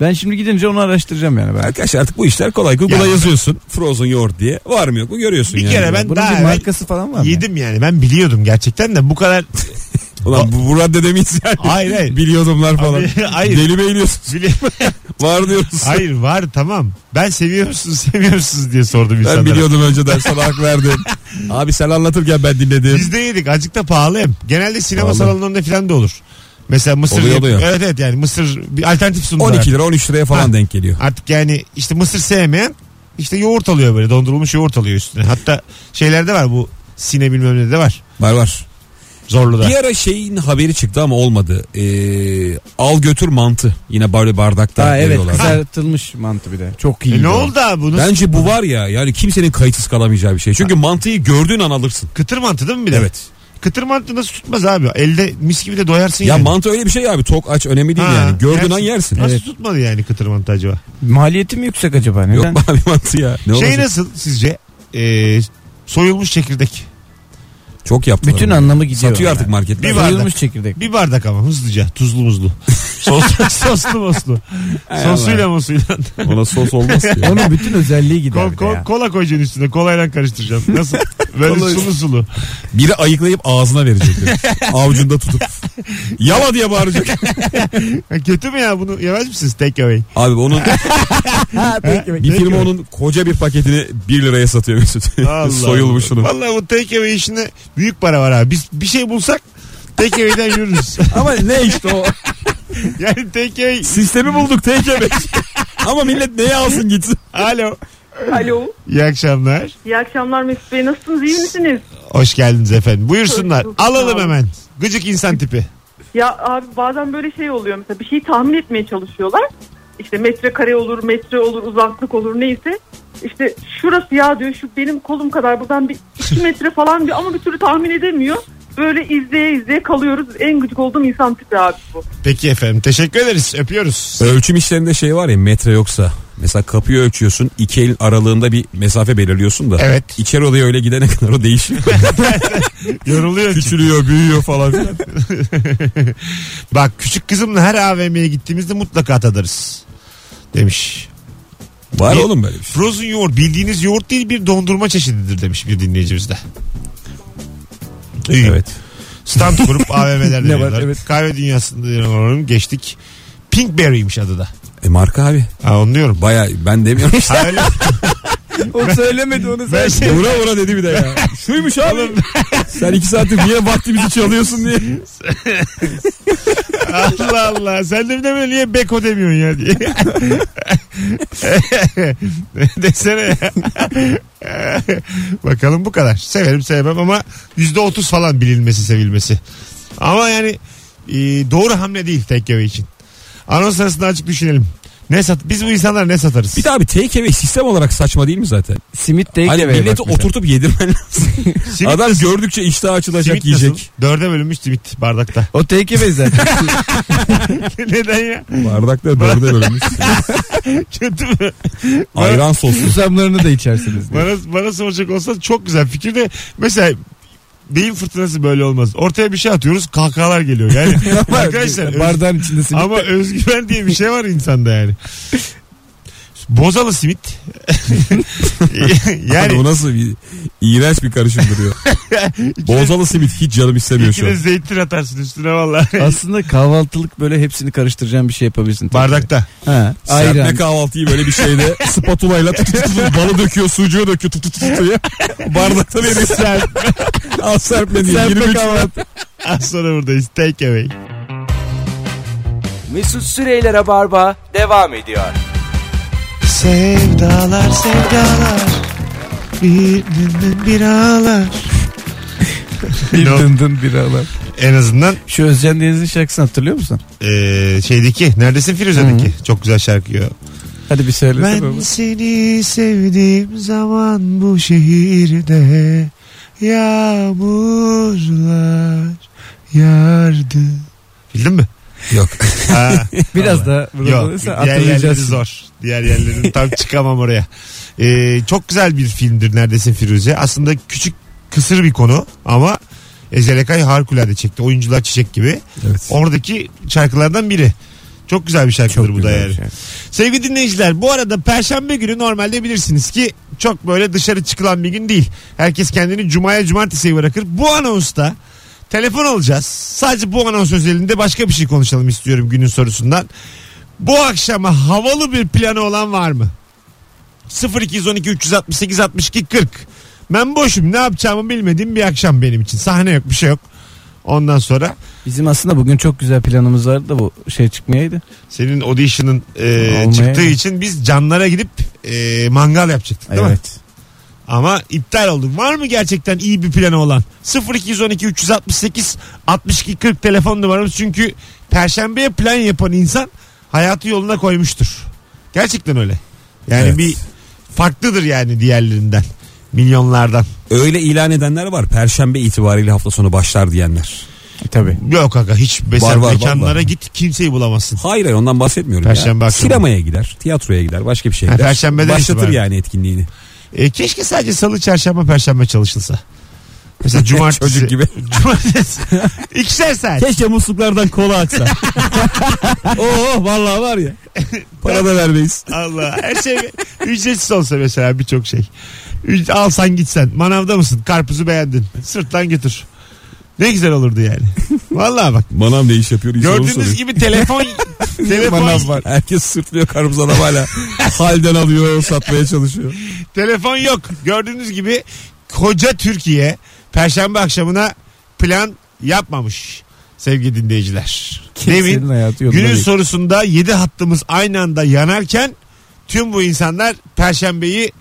Speaker 3: Ben şimdi gidince onu araştıracağım yani. Ben.
Speaker 4: Arkadaşlar artık bu işler kolay. Google'a
Speaker 2: Ya.
Speaker 4: yazıyorsun. Frozen yoğurt diye. Var mı yok mu görüyorsun
Speaker 2: Bir
Speaker 4: yani.
Speaker 2: kere ben
Speaker 3: Bunun
Speaker 2: daha
Speaker 3: bir
Speaker 2: evvel
Speaker 3: markası falan var mı?
Speaker 2: yedim yani. Ben biliyordum gerçekten de bu kadar.
Speaker 4: Ulan bu, bu raddede miyiz yani?
Speaker 2: Hayır hayır.
Speaker 4: Biliyordumlar falan.
Speaker 2: Abi, hayır.
Speaker 4: Deli beyliyorsun.
Speaker 2: Bili-
Speaker 4: Var diyoruz.
Speaker 2: hayır var tamam. Ben seviyor musunuz sevmiyor musunuz diye sordum
Speaker 4: Ben
Speaker 2: insanlara.
Speaker 4: biliyordum önceden sana hak verdim. Abi sen anlatırken ben dinledim.
Speaker 2: Biz de yedik. Azıcık da pahalı hem. Genelde sinema
Speaker 4: Pahalı.
Speaker 2: salonlarında falan da olur. Mesela mısır.
Speaker 4: Oluyor, oluyor.
Speaker 2: Evet evet yani mısır bir alternatif sundular.
Speaker 4: 12 lira 13 liraya falan
Speaker 2: Ha.
Speaker 4: denk geliyor.
Speaker 2: Artık yani işte mısır sevmeyen işte yoğurt alıyor böyle dondurulmuş yoğurt alıyor üstüne. Hatta şeylerde var bu sine bilmem ne de var.
Speaker 4: Var var.
Speaker 2: Zorlu'da.
Speaker 4: Bir ara şeyin haberi çıktı ama olmadı. Ee, al götür mantı. Yine böyle bardakta
Speaker 3: Ha evet
Speaker 4: veriyorlar.
Speaker 3: kızartılmış mantı bir de. Çok iyi.
Speaker 2: E ne oldu abi bunu?
Speaker 4: Bence bu var ya yani kimsenin kayıtsız kalamayacağı bir şey. Çünkü mantıyı gördüğün an alırsın.
Speaker 2: Kıtır mantı değil mi bir de?
Speaker 4: Evet.
Speaker 2: Kıtır mantı nasıl tutmaz abi? Elde mis gibi de doyarsın
Speaker 4: Ya
Speaker 2: yani.
Speaker 4: mantı öyle bir şey abi. Tok aç önemli değil
Speaker 2: Ha,
Speaker 4: yani. Gördüğün an yersin.
Speaker 2: Nasıl
Speaker 4: Evet.
Speaker 2: tutmadı yani kıtır mantı acaba?
Speaker 3: Maliyeti mi yüksek acaba? Neden?
Speaker 4: Yok abi mantı ya. Ne
Speaker 2: şey
Speaker 4: olacak?
Speaker 2: nasıl sizce? Ee, soyulmuş çekirdek.
Speaker 4: Çok yaptılar.
Speaker 3: Bütün
Speaker 4: bunu.
Speaker 3: anlamı gidiyor.
Speaker 4: Satıyor
Speaker 3: yani.
Speaker 4: artık marketler.
Speaker 2: Bir bardak.
Speaker 3: Soyulmuş çekirdek.
Speaker 2: Bir bardak ama hızlıca tuzlu muzlu. Sos, soslu moslu. Sosuyla mosuyla.
Speaker 4: Ona sos olmaz ki.
Speaker 3: Onun bütün özelliği gider.
Speaker 2: Ko-
Speaker 3: bir de
Speaker 2: ko-
Speaker 3: ya.
Speaker 2: kola koyacaksın üstüne. Kolayla karıştıracağım. Nasıl? Böyle sulu sulu.
Speaker 4: Biri ayıklayıp ağzına verecek. diyor. Avucunda tutup. Yala diye bağıracak.
Speaker 2: Ha, Kötü mü ya bunu yemez misiniz take away?
Speaker 4: Abi onun bir firma onun koca bir paketini 1 liraya satıyor Mesut.
Speaker 2: Allah
Speaker 4: Soyulmuşunu.
Speaker 2: Allah. Vallahi bu take away işinde büyük para var abi. Biz bir şey bulsak take away'den yürürüz.
Speaker 4: Ama ne işte o.
Speaker 2: yani take away.
Speaker 4: Sistemi bulduk TKB. Ama millet neye alsın gitsin.
Speaker 2: Alo.
Speaker 5: Alo.
Speaker 2: İyi akşamlar.
Speaker 5: İyi akşamlar Mesut Bey. Nasılsınız? iyi misiniz?
Speaker 2: Hoş geldiniz efendim. Buyursunlar.
Speaker 5: Hoş bulduk. Sağ
Speaker 2: Alalım
Speaker 5: olun.
Speaker 2: hemen. Gıcık insan tipi.
Speaker 5: Ya abi bazen böyle şey oluyor mesela bir şeyi tahmin etmeye çalışıyorlar. İşte metrekare olur, metre olur, uzaklık olur neyse. İşte şurası ya diyor şu benim kolum kadar buradan bir 2 metre falan diyor ama bir türlü tahmin edemiyor. Böyle izleye izleye kalıyoruz. En gıcık olduğum insan tipi abi bu.
Speaker 2: Peki efendim. Teşekkür ederiz. Öpüyoruz.
Speaker 4: Ölçüm işlerinde şey var ya metre yoksa. Mesela kapıyı ölçüyorsun iki elin aralığında bir mesafe belirliyorsun da.
Speaker 2: Evet.
Speaker 4: İçeri odaya öyle gidene kadar o değişiyor.
Speaker 2: Yoruluyor. çünkü.
Speaker 4: Küçülüyor büyüyor falan filan.
Speaker 2: Bak küçük kızımla her AVM'ye gittiğimizde mutlaka tadarız. Demiş.
Speaker 4: Var oğlum böyle bir şey.
Speaker 2: Frozen yoğurt bildiğiniz yoğurt değil bir dondurma çeşididir demiş bir dinleyicimiz de. İyi.
Speaker 4: Evet.
Speaker 2: Stand kurup AVM'lerde
Speaker 3: Ne var?
Speaker 2: veriyorlar.
Speaker 3: Evet.
Speaker 2: Kahve dünyasında yanıyorum geçtik. Pinkberry'miş adı da.
Speaker 4: E marka abi.
Speaker 2: Ha, anlıyorum.
Speaker 4: Baya ben demiyorum işte.
Speaker 2: Ha, öyle.
Speaker 3: O söylemedi onu sen.
Speaker 2: Ben şey-
Speaker 4: Vura vura dedi bir de ya. Şuymuş abi. Sen iki saattir niye vaktimizi çalıyorsun diye.
Speaker 2: Allah Allah. Sen de bir de böyle niye beko demiyorsun ya diye. Desene ya. Bakalım bu kadar. Severim sevmem ama yüzde otuz falan bilinmesi sevilmesi. Ama yani e, doğru hamle değil tekkeve için. Anons arasında açık düşünelim. Ne sat biz bu insanlar ne satarız?
Speaker 4: Bir de abi TKV sistem olarak saçma değil mi zaten?
Speaker 3: Simit değil
Speaker 4: Hani milleti oturtup yedirmen lazım.
Speaker 2: Simit
Speaker 4: Adam gördükçe iştah açılacak
Speaker 2: Simit
Speaker 4: yiyecek.
Speaker 2: nasıl? Dörde bölünmüş simit bardakta.
Speaker 3: O TKB zaten.
Speaker 2: Neden ya?
Speaker 4: Bardaklar dörde bölünmüş.
Speaker 2: Kötü mü?
Speaker 4: Ayran soslu.
Speaker 3: Susamlarını da içersiniz. diye.
Speaker 2: Bana, bana soracak olsan çok güzel fikir de mesela beyin fırtınası böyle olmaz. Ortaya bir şey atıyoruz kahkahalar geliyor. Yani arkadaşlar öz-
Speaker 3: Bardağın içinde simit.
Speaker 2: ama özgüven diye bir şey var insanda yani. Bozalı simit.
Speaker 4: Yani
Speaker 2: yani
Speaker 4: bu Hani nasıl bir iğrenç bir karışım duruyor. Bozalı simit hiç canım istemiyor şu
Speaker 2: içine
Speaker 4: an.
Speaker 2: zeytin atarsın üstüne valla.
Speaker 3: Aslında kahvaltılık böyle hepsini karıştıracağın bir şey yapabilirsin. tabii.
Speaker 2: Bardakta.
Speaker 3: Ha,
Speaker 4: Serpme
Speaker 3: ayran.
Speaker 4: kahvaltıyı böyle bir şeyde spatulayla tut tut tut tut, balı döküyor sucuğu döküyor tut tut tut tut diye. Bardakta veriyor serpme. Al serpme diye.
Speaker 3: Serpme
Speaker 4: 23
Speaker 3: kahvaltı.
Speaker 2: Az sonra buradayız. Take away.
Speaker 1: Mesut Süreyler'e barba devam ediyor.
Speaker 2: Sevdalar sevdalar. Bir dın bir ağlar.
Speaker 3: Bir
Speaker 2: Yok.
Speaker 3: dındın bir alan.
Speaker 2: En azından
Speaker 3: Şu Özcan Deniz'in şarkısını hatırlıyor musun?
Speaker 2: Ee, şeydeki neredesin Firuze'deki çok güzel şarkıyı.
Speaker 3: Hadi bir söylesene.
Speaker 2: Ben
Speaker 3: baba.
Speaker 2: seni sevdiğim zaman bu şehirde yağmurlar yağardı. Bildin mi?
Speaker 4: Yok.
Speaker 2: Ha,
Speaker 3: Biraz daha
Speaker 2: yok.
Speaker 3: vurgularsan
Speaker 2: Diğer yerleri
Speaker 3: hatırlayacaksın.
Speaker 2: zor. Diğer yerlerini tam çıkamam oraya. Ee, çok güzel bir filmdir Neredesin Firuze. Aslında küçük kısır bir konu ama Ezelekay harikulade çekti. Oyuncular çiçek gibi.
Speaker 4: Evet.
Speaker 2: Oradaki şarkılardan biri. Çok güzel bir şarkıdır bu da
Speaker 4: güzel
Speaker 2: yani.
Speaker 4: bir şey.
Speaker 2: Sevgili dinleyiciler bu arada perşembe günü normalde bilirsiniz ki çok böyle dışarı çıkılan bir gün değil. Herkes kendini cumaya cumartesiye bırakır. Bu anonsta telefon alacağız. Sadece bu anons özelinde başka bir şey konuşalım istiyorum günün sorusundan. Bu akşama havalı bir planı olan var mı? 0212 368 62 40. Ben boşum ne yapacağımı bilmediğim bir akşam benim için. Sahne yok bir şey yok. Ondan sonra
Speaker 3: Bizim aslında bugün çok güzel planımız vardı da bu şey çıkmayaydı.
Speaker 2: senin audition'ın e,
Speaker 3: Olmaya-
Speaker 2: çıktığı için biz canlara gidip e, mangal yapacaktık değil mi?
Speaker 3: Evet.
Speaker 2: Ama iptal oldu. Var mı gerçekten iyi bir planı olan? 0212 368 62 40 telefon numaramız. Çünkü perşembeye plan yapan insan hayatı yoluna koymuştur. Gerçekten öyle. Yani
Speaker 4: Evet.
Speaker 2: bir farklıdır yani diğerlerinden. Milyonlardan.
Speaker 4: Öyle ilan edenler var. Perşembe itibariyle hafta sonu başlar diyenler.
Speaker 3: Tabii.
Speaker 2: Yok aga hiç mesela
Speaker 4: E, Var, var,
Speaker 2: mekanlara
Speaker 4: vallahi.
Speaker 2: git kimseyi bulamazsın.
Speaker 4: Hayır hayır ondan bahsetmiyorum
Speaker 2: Perşembe
Speaker 4: ya.
Speaker 2: akşamı.
Speaker 4: Sinemaya gider, tiyatroya gider, başka bir şey
Speaker 2: Ha,
Speaker 4: gider.
Speaker 2: Perşembeden
Speaker 4: Başlatır
Speaker 2: itibaren.
Speaker 4: yani etkinliğini.
Speaker 2: E, keşke sadece salı, çarşamba, perşembe çalışılsa. Mesela cumartesi.
Speaker 4: Çocuk gibi.
Speaker 2: Cumartesi. İkişer saat.
Speaker 4: Keşke musluklardan kola aksa.
Speaker 3: Oh,
Speaker 4: Oo vallahi var ya. Para da vermeyiz.
Speaker 2: Allah her şey ücretsiz olsa mesela birçok şey. Üc- Alsan gitsen manavda mısın karpuzu beğendin sırttan götür. Ne güzel olurdu yani. Vallahi bak
Speaker 4: Manam ne iş yapıyor?
Speaker 2: gördüğünüz gibi telefon telefon,
Speaker 4: var. Herkes sırtlıyor karpuz adam hala. Halden alıyor, satmaya çalışıyor.
Speaker 2: telefon yok. Gördüğünüz gibi koca Türkiye perşembe akşamına plan yapmamış sevgili dinleyiciler.
Speaker 3: Kimsenin hayatı yolunda
Speaker 2: Günün
Speaker 3: değil.
Speaker 2: sorusunda 7 hattımız aynı anda yanarken tüm bu insanlar perşembeyi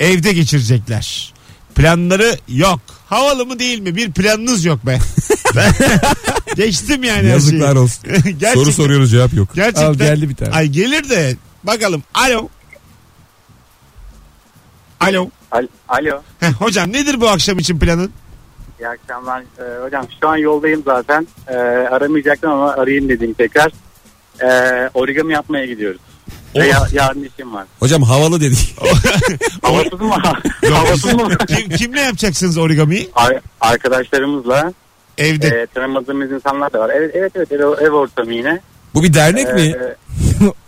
Speaker 2: evde geçirecekler. Planları yok. Havalı mı değil mi? Bir planınız yok be. Ben- Geçtim yani her şeyi.
Speaker 4: Yazıklar olsun.
Speaker 2: Gerçekten-
Speaker 4: Soru soruyoruz cevap yok.
Speaker 2: Gerçekten.
Speaker 3: Al, geldi bir tane.
Speaker 2: Ay gelir de bakalım. Alo. Alo.
Speaker 6: Al- Alo.
Speaker 2: Heh, hocam nedir bu akşam için planın?
Speaker 6: İyi akşamlar. Ee, hocam şu an yoldayım zaten. Ee, aramayacaktım ama arayayım dedim tekrar. Ee, origami yapmaya gidiyoruz. Ve ya, yarın işim var.
Speaker 4: Hocam havalı dedik.
Speaker 6: Havasız mı? Havasız mı?
Speaker 2: Kim, kimle yapacaksınız origamiyi?
Speaker 6: Ar- arkadaşlarımızla
Speaker 2: Evde.
Speaker 6: e, tanımadığımız insanlar da var. Evet evet evet ev, ev ortamı yine.
Speaker 4: Bu bir dernek
Speaker 6: Ee,
Speaker 4: mi?
Speaker 6: e,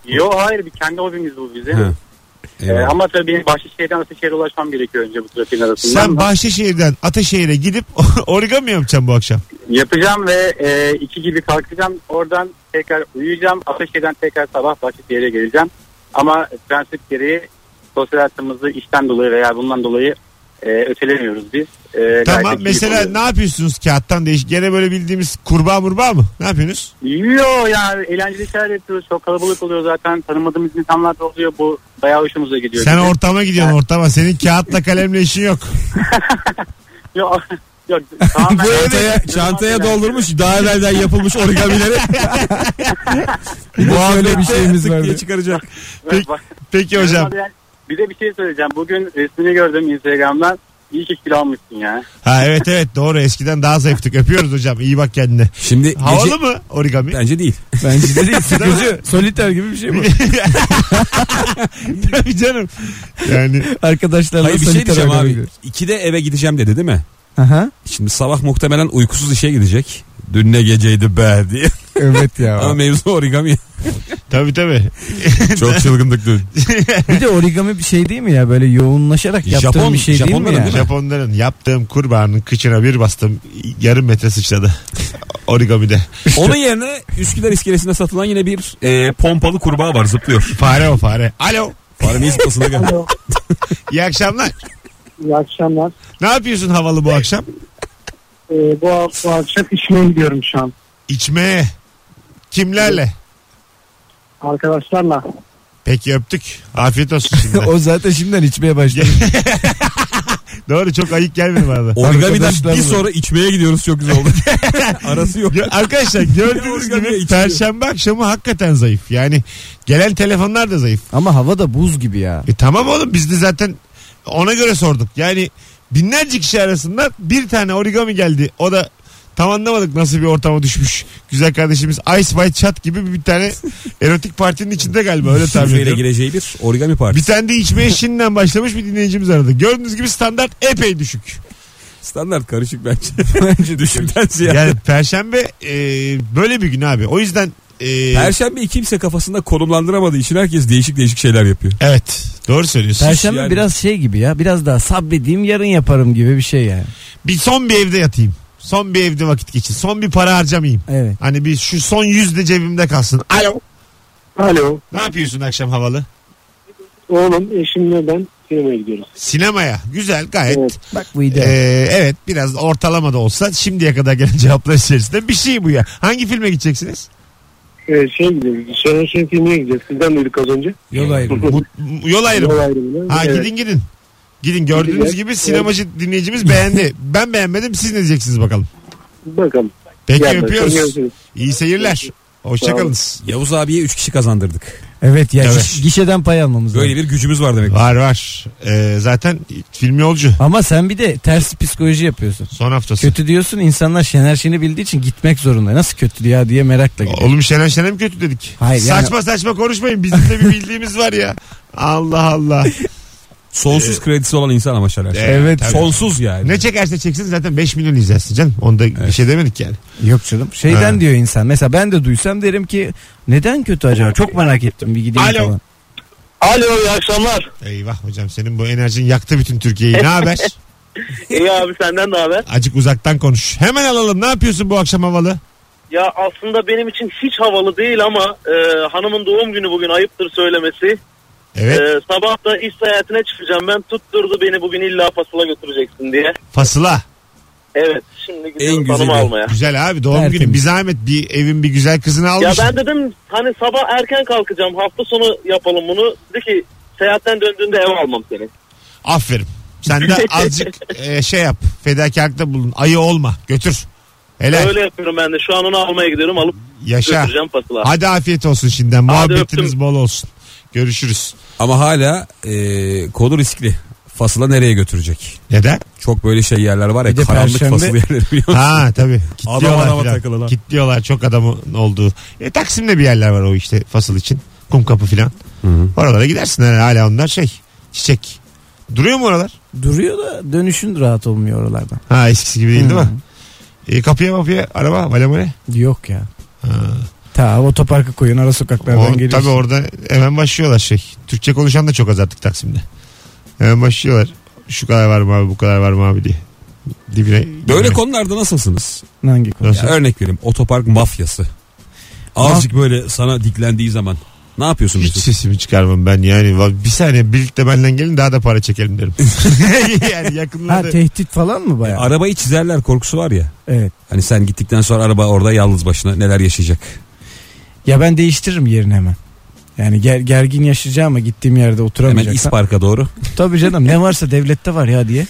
Speaker 6: Yo hayır bir kendi hobimiz bu
Speaker 4: Ha,
Speaker 6: bizim. Ee,
Speaker 4: eyvallah.
Speaker 6: ama tabii benim Bahçeşehir'den Ataşehir'e ulaşmam gerekiyor önce bu trafiğin arasında.
Speaker 2: Sen Bahçeşehir'den Ataşehir'e gidip origami yapacaksın bu akşam.
Speaker 6: Yapacağım ve e, iki gibi kalkacağım. Oradan tekrar uyuyacağım. Ataşehir'den tekrar sabah Bahçeşehir'e geleceğim. Ama prensip gereği sosyal hayatımızı işten dolayı veya bundan dolayı e, ötelemiyoruz biz. E, gayet
Speaker 2: Tamam
Speaker 6: iyi
Speaker 2: mesela
Speaker 6: oluyor.
Speaker 2: ne yapıyorsunuz kağıttan değiş? Gene böyle bildiğimiz kurbağa murbağa mı? Ne yapıyorsunuz?
Speaker 6: Yo yani eğlenceli şeyler yapıyoruz. Çok kalabalık oluyor zaten. Tanımadığımız insanlar da oluyor. Bu bayağı hoşumuza gidiyor.
Speaker 2: Sen
Speaker 6: bizim.
Speaker 2: ortama gidiyorsun ortama. Senin kağıtla kalemle işin yok.
Speaker 6: Yo, yok, tamamen-
Speaker 4: çantaya, çantaya doldurmuş daha evvelden yapılmış origamileri. Bu
Speaker 3: Böyle bir şeyimiz var.
Speaker 4: diye çıkaracak.
Speaker 6: Evet, bak-
Speaker 2: Peki hocam.
Speaker 6: Bir de bir şey söyleyeceğim. Bugün resmini gördüm Instagram'dan. İyi ki kilo almışsın ya.
Speaker 2: Ha evet evet doğru eskiden daha zayıftık. Öpüyoruz hocam. İyi bak kendine.
Speaker 4: Şimdi gece-
Speaker 2: Havalı mı origami?
Speaker 4: Bence değil.
Speaker 3: Bence de değil. Sıkıcı. Soliter gibi bir şey bu.
Speaker 2: Tabii canım. Yani
Speaker 3: Arkadaşlarla
Speaker 4: Hayır bir şey
Speaker 3: soliter
Speaker 4: diyeceğim
Speaker 3: olarak
Speaker 4: abi.
Speaker 3: gidiyoruz.
Speaker 4: İkide eve gideceğim dedi değil mi?
Speaker 3: Aha.
Speaker 4: Şimdi sabah muhtemelen uykusuz işe gidecek. Dün ne geceydi be diye.
Speaker 3: Evet
Speaker 4: Ama
Speaker 3: ya.
Speaker 4: mevzu origami.
Speaker 2: tabii tabii.
Speaker 4: Çok çılgındık dün.
Speaker 3: bir de origami bir şey değil mi ya? Böyle yoğunlaşarak yaptığın
Speaker 4: Japon-
Speaker 3: bir şey değil mi
Speaker 4: Japonların
Speaker 3: ya?
Speaker 4: değil mi?
Speaker 2: Japonların yaptığım kurbağanın kıçına bir bastım yarım metre sıçradı. Origamide.
Speaker 4: Onun yerine Üsküdar iskelesinde satılan yine bir e, pompalı kurbağa var zıplıyor.
Speaker 2: Fare o fare. Alo.
Speaker 4: Fare niye zıplasına gel.
Speaker 2: İyi akşamlar.
Speaker 7: İyi akşamlar.
Speaker 2: Ne yapıyorsun havalı bu akşam?
Speaker 7: Ee, bu, bu akşam içmeye gidiyorum şu an.
Speaker 2: İçmeye. Kimlerle?
Speaker 7: Arkadaşlarla.
Speaker 2: Peki öptük. Afiyet olsun şimdi.
Speaker 3: o zaten şimdiden içmeye başladı.
Speaker 2: Doğru çok ayık gelmedi bana da.
Speaker 4: Origamiden
Speaker 3: Arkadaşlar
Speaker 4: bir
Speaker 3: mı?
Speaker 4: sonra içmeye gidiyoruz çok güzel oldu. Arası yok.
Speaker 2: Gö- Arkadaşlar gördüğünüz
Speaker 4: Origami
Speaker 2: gibi
Speaker 4: içiyor.
Speaker 2: perşembe akşamı hakikaten zayıf. Yani gelen telefonlar da zayıf.
Speaker 3: Ama hava da buz gibi ya.
Speaker 2: E tamam oğlum biz de zaten ona göre sorduk. Yani binlerce kişi arasında bir tane origami geldi. O da tam anlamadık nasıl bir ortama düşmüş. Güzel kardeşimiz Ice White Chat gibi bir tane erotik partinin içinde galiba öyle tahmin
Speaker 4: Şifreyle
Speaker 2: ediyorum.
Speaker 4: gireceği bir origami
Speaker 2: Bir
Speaker 4: partisi.
Speaker 2: tane de içmeye şimdiden başlamış bir dinleyicimiz aradı. Gördüğünüz gibi standart epey düşük.
Speaker 4: Standart karışık bence. bence düşükten ziyade.
Speaker 2: Yani perşembe e, böyle bir gün abi. O yüzden e,
Speaker 4: Perşembe kimse kafasında konumlandıramadığı için herkes değişik değişik şeyler yapıyor.
Speaker 2: evet doğru söylüyorsun.
Speaker 3: Perşembe
Speaker 4: yani.
Speaker 3: biraz şey gibi ya. Biraz daha sabredeyim yarın yaparım gibi bir şey yani.
Speaker 2: Bir son bir evde yatayım. Son bir evde vakit geçir. Son bir para harcamayayım.
Speaker 3: Evet.
Speaker 2: Hani bir şu son yüzde cebimde kalsın. Alo.
Speaker 7: Alo.
Speaker 2: Ne yapıyorsun akşam havalı?
Speaker 7: Oğlum eşimle ben sinemaya gidiyoruz.
Speaker 2: Sinemaya. Güzel gayet.
Speaker 7: Evet.
Speaker 3: Bak bu ideal.
Speaker 2: Ee, evet biraz ortalama da olsa şimdiye kadar gelen cevaplar içerisinde bir şey bu ya. Hangi filme gideceksiniz?
Speaker 7: Ee, şey gidiyoruz. Şener Şen filmine gideceğiz. Sizden duyduk az önce.
Speaker 3: Yol ayrımı.
Speaker 2: Bu, bu- yol ayrımı.
Speaker 7: Yol ayrımına.
Speaker 2: Ha
Speaker 7: Evet.
Speaker 2: gidin gidin. Gidin gördüğünüz
Speaker 7: Gideceğiz.
Speaker 2: gibi sinemacı dinleyicimiz beğendi. Ben beğenmedim siz ne diyeceksiniz bakalım.
Speaker 7: Bakalım.
Speaker 2: Peki
Speaker 7: Yarın
Speaker 2: öpüyoruz.
Speaker 7: görüşürüz.
Speaker 2: İyi seyirler. Hoşçakalınız.
Speaker 4: Yavuz abiye 3 kişi kazandırdık.
Speaker 3: Evet ya
Speaker 2: Evet.
Speaker 3: giş- gişeden pay almamız lazım.
Speaker 4: Böyle bir gücümüz var demek.
Speaker 2: Var var. Ee, zaten film yolcu.
Speaker 3: Ama sen bir de ters psikoloji yapıyorsun.
Speaker 2: Son haftası.
Speaker 3: Kötü diyorsun insanlar Şener Şen'i bildiği için gitmek zorunda. Nasıl kötü ya diye merakla gidiyor.
Speaker 2: Oğlum Şener Şen'e mi kötü dedik?
Speaker 3: Hayır, yani-
Speaker 2: saçma saçma konuşmayın. Bizim de bir bildiğimiz var ya. Allah Allah.
Speaker 4: Sonsuz kredisi olan insan ama Şener Şen.
Speaker 2: Evet, tabii.
Speaker 4: Sonsuz yani.
Speaker 2: Ne çekerse çeksin zaten 5 milyon izlersin canım. Onda bir şey demedik yani.
Speaker 3: Yok canım. Şeyden
Speaker 2: Ha.
Speaker 3: diyor insan. Mesela ben de duysam derim ki neden kötü acaba? Çok merak ettim. Bir gideyim
Speaker 2: Alo.
Speaker 3: falan.
Speaker 7: Alo iyi akşamlar.
Speaker 2: Eyvah hocam senin bu enerjin yaktı bütün Türkiye'yi. Ne haber?
Speaker 7: İyi abi senden ne haber?
Speaker 2: Acık uzaktan konuş. Hemen alalım. Ne yapıyorsun bu akşam havalı?
Speaker 7: Ya aslında benim için hiç havalı değil ama e, hanımın doğum günü bugün ayıptır söylemesi. E,
Speaker 2: Evet.
Speaker 7: Ee, sabah da iş seyahatine çıkacağım ben tutturdu beni bugün illa fasıla götüreceksin diye.
Speaker 2: Fasıla.
Speaker 7: Evet şimdi
Speaker 4: En
Speaker 7: gidiyorum
Speaker 4: güzeli.
Speaker 7: hanımı almaya.
Speaker 2: Güzel abi doğum
Speaker 3: Tertemiz.
Speaker 2: günü. Bir zahmet bir evin bir güzel kızını
Speaker 7: Ya
Speaker 2: almış.
Speaker 7: ben dedim hani sabah erken kalkacağım hafta sonu yapalım bunu. Dedi ki seyahatten döndüğünde ev almam seni.
Speaker 2: Aferin. Sen de azıcık e, şey yap. Fedakarlıkta bulun. Ayı olma. Götür. Helal.
Speaker 7: Öyle yapıyorum ben de şu an onu almaya gidiyorum alıp
Speaker 2: Yaşa.
Speaker 7: götüreceğim fasıla.
Speaker 2: Hadi afiyet olsun şimdiden. Muhabbetiniz
Speaker 7: öptüm.
Speaker 2: bol olsun. Görüşürüz.
Speaker 4: Ama hala e, kolu riskli. Fasıla nereye götürecek?
Speaker 2: Neden?
Speaker 4: Çok böyle şey yerler var ya
Speaker 3: Bir de
Speaker 4: karanlık
Speaker 3: Perşembe-
Speaker 4: fasıl yerleri biliyor musun?
Speaker 2: Ha tabii. Kitliyorlar
Speaker 4: adama
Speaker 2: filan.
Speaker 4: takılan.
Speaker 2: Kitliyorlar çok adamın olduğu. E, Taksim'de bir yerler var o işte fasıl için. Kumkapı filan. Oralara gidersin yani hala onlar şey. Çiçek. Duruyor mu oralar?
Speaker 3: Duruyor da dönüşün rahat olmuyor oralardan.
Speaker 2: Ha eskisi gibi değil değil mi? E, kapıya mapıya araba vale mole.
Speaker 3: Yok ya.
Speaker 2: Ha.
Speaker 3: Ta otoparka koyun ara
Speaker 2: O-
Speaker 3: sokaklardan geliyorsun.
Speaker 2: tabii orada hemen başlıyorlar şey. Türkçe konuşan da çok az artık Taksim'de. Hemen başlıyorlar. Şu kadar var mı abi bu kadar var mı abi diye. Dibine,
Speaker 4: Böyle
Speaker 2: dibine.
Speaker 4: konularda nasılsınız?
Speaker 3: Hangi konu?
Speaker 2: Nasıl?
Speaker 4: Ya örnek vereyim otopark mafyası. Azıcık böyle sana diklendiği zaman ne yapıyorsun
Speaker 2: Hiç
Speaker 4: Mesut?
Speaker 2: sesimi çıkarmam ben yani. Va- Bir saniye birlikte benden gelin daha da para çekelim derim. yani
Speaker 3: Ha
Speaker 2: yakınlarda.
Speaker 3: tehdit falan mı bayağı?
Speaker 4: Arabayı çizerler korkusu var ya.
Speaker 3: evet.
Speaker 4: Hani sen gittikten sonra araba orada yalnız başına neler yaşayacak.
Speaker 3: Ya ben değiştiririm yerini hemen. Yani ger- gergin yaşayacağım ama gittiğim yerde
Speaker 4: Hemen
Speaker 3: oturamayacak.
Speaker 4: İspark'a doğru.
Speaker 3: Tabii canım ne varsa devlette var ya diye.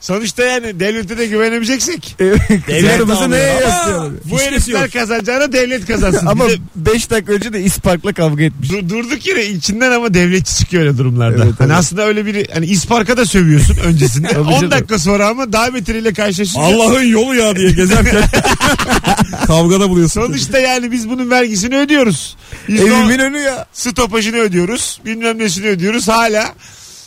Speaker 2: Sonuçta yani devlete de güvenemeyeceksek.
Speaker 3: Devletimizi neye
Speaker 4: almıyor ama
Speaker 3: yaslıyorlar?
Speaker 2: Bu herifler kazanacağına devlet kazansın.
Speaker 3: Ama
Speaker 2: Bir de
Speaker 3: 5 dakika önce de İspark'la kavga etmiş.
Speaker 2: du- durduk yere içinden ama devletçi çıkıyor öyle durumlarda.
Speaker 3: Evet,
Speaker 2: hani
Speaker 3: evet.
Speaker 2: aslında öyle biri hani İspark'a da sövüyorsun öncesinde.
Speaker 3: Tabii
Speaker 2: 10
Speaker 3: canım.
Speaker 2: dakika sonra ama daha beteriyle karşılaşınca.
Speaker 4: Allah'ın yolu ya diye gezerken kavgada buluyorsun.
Speaker 2: Sonuçta yani biz bunun vergisini ödüyoruz. Biz de o
Speaker 3: Evimin önü ya.
Speaker 2: stopajını ödüyoruz. Bilmem nesini ödüyoruz hala.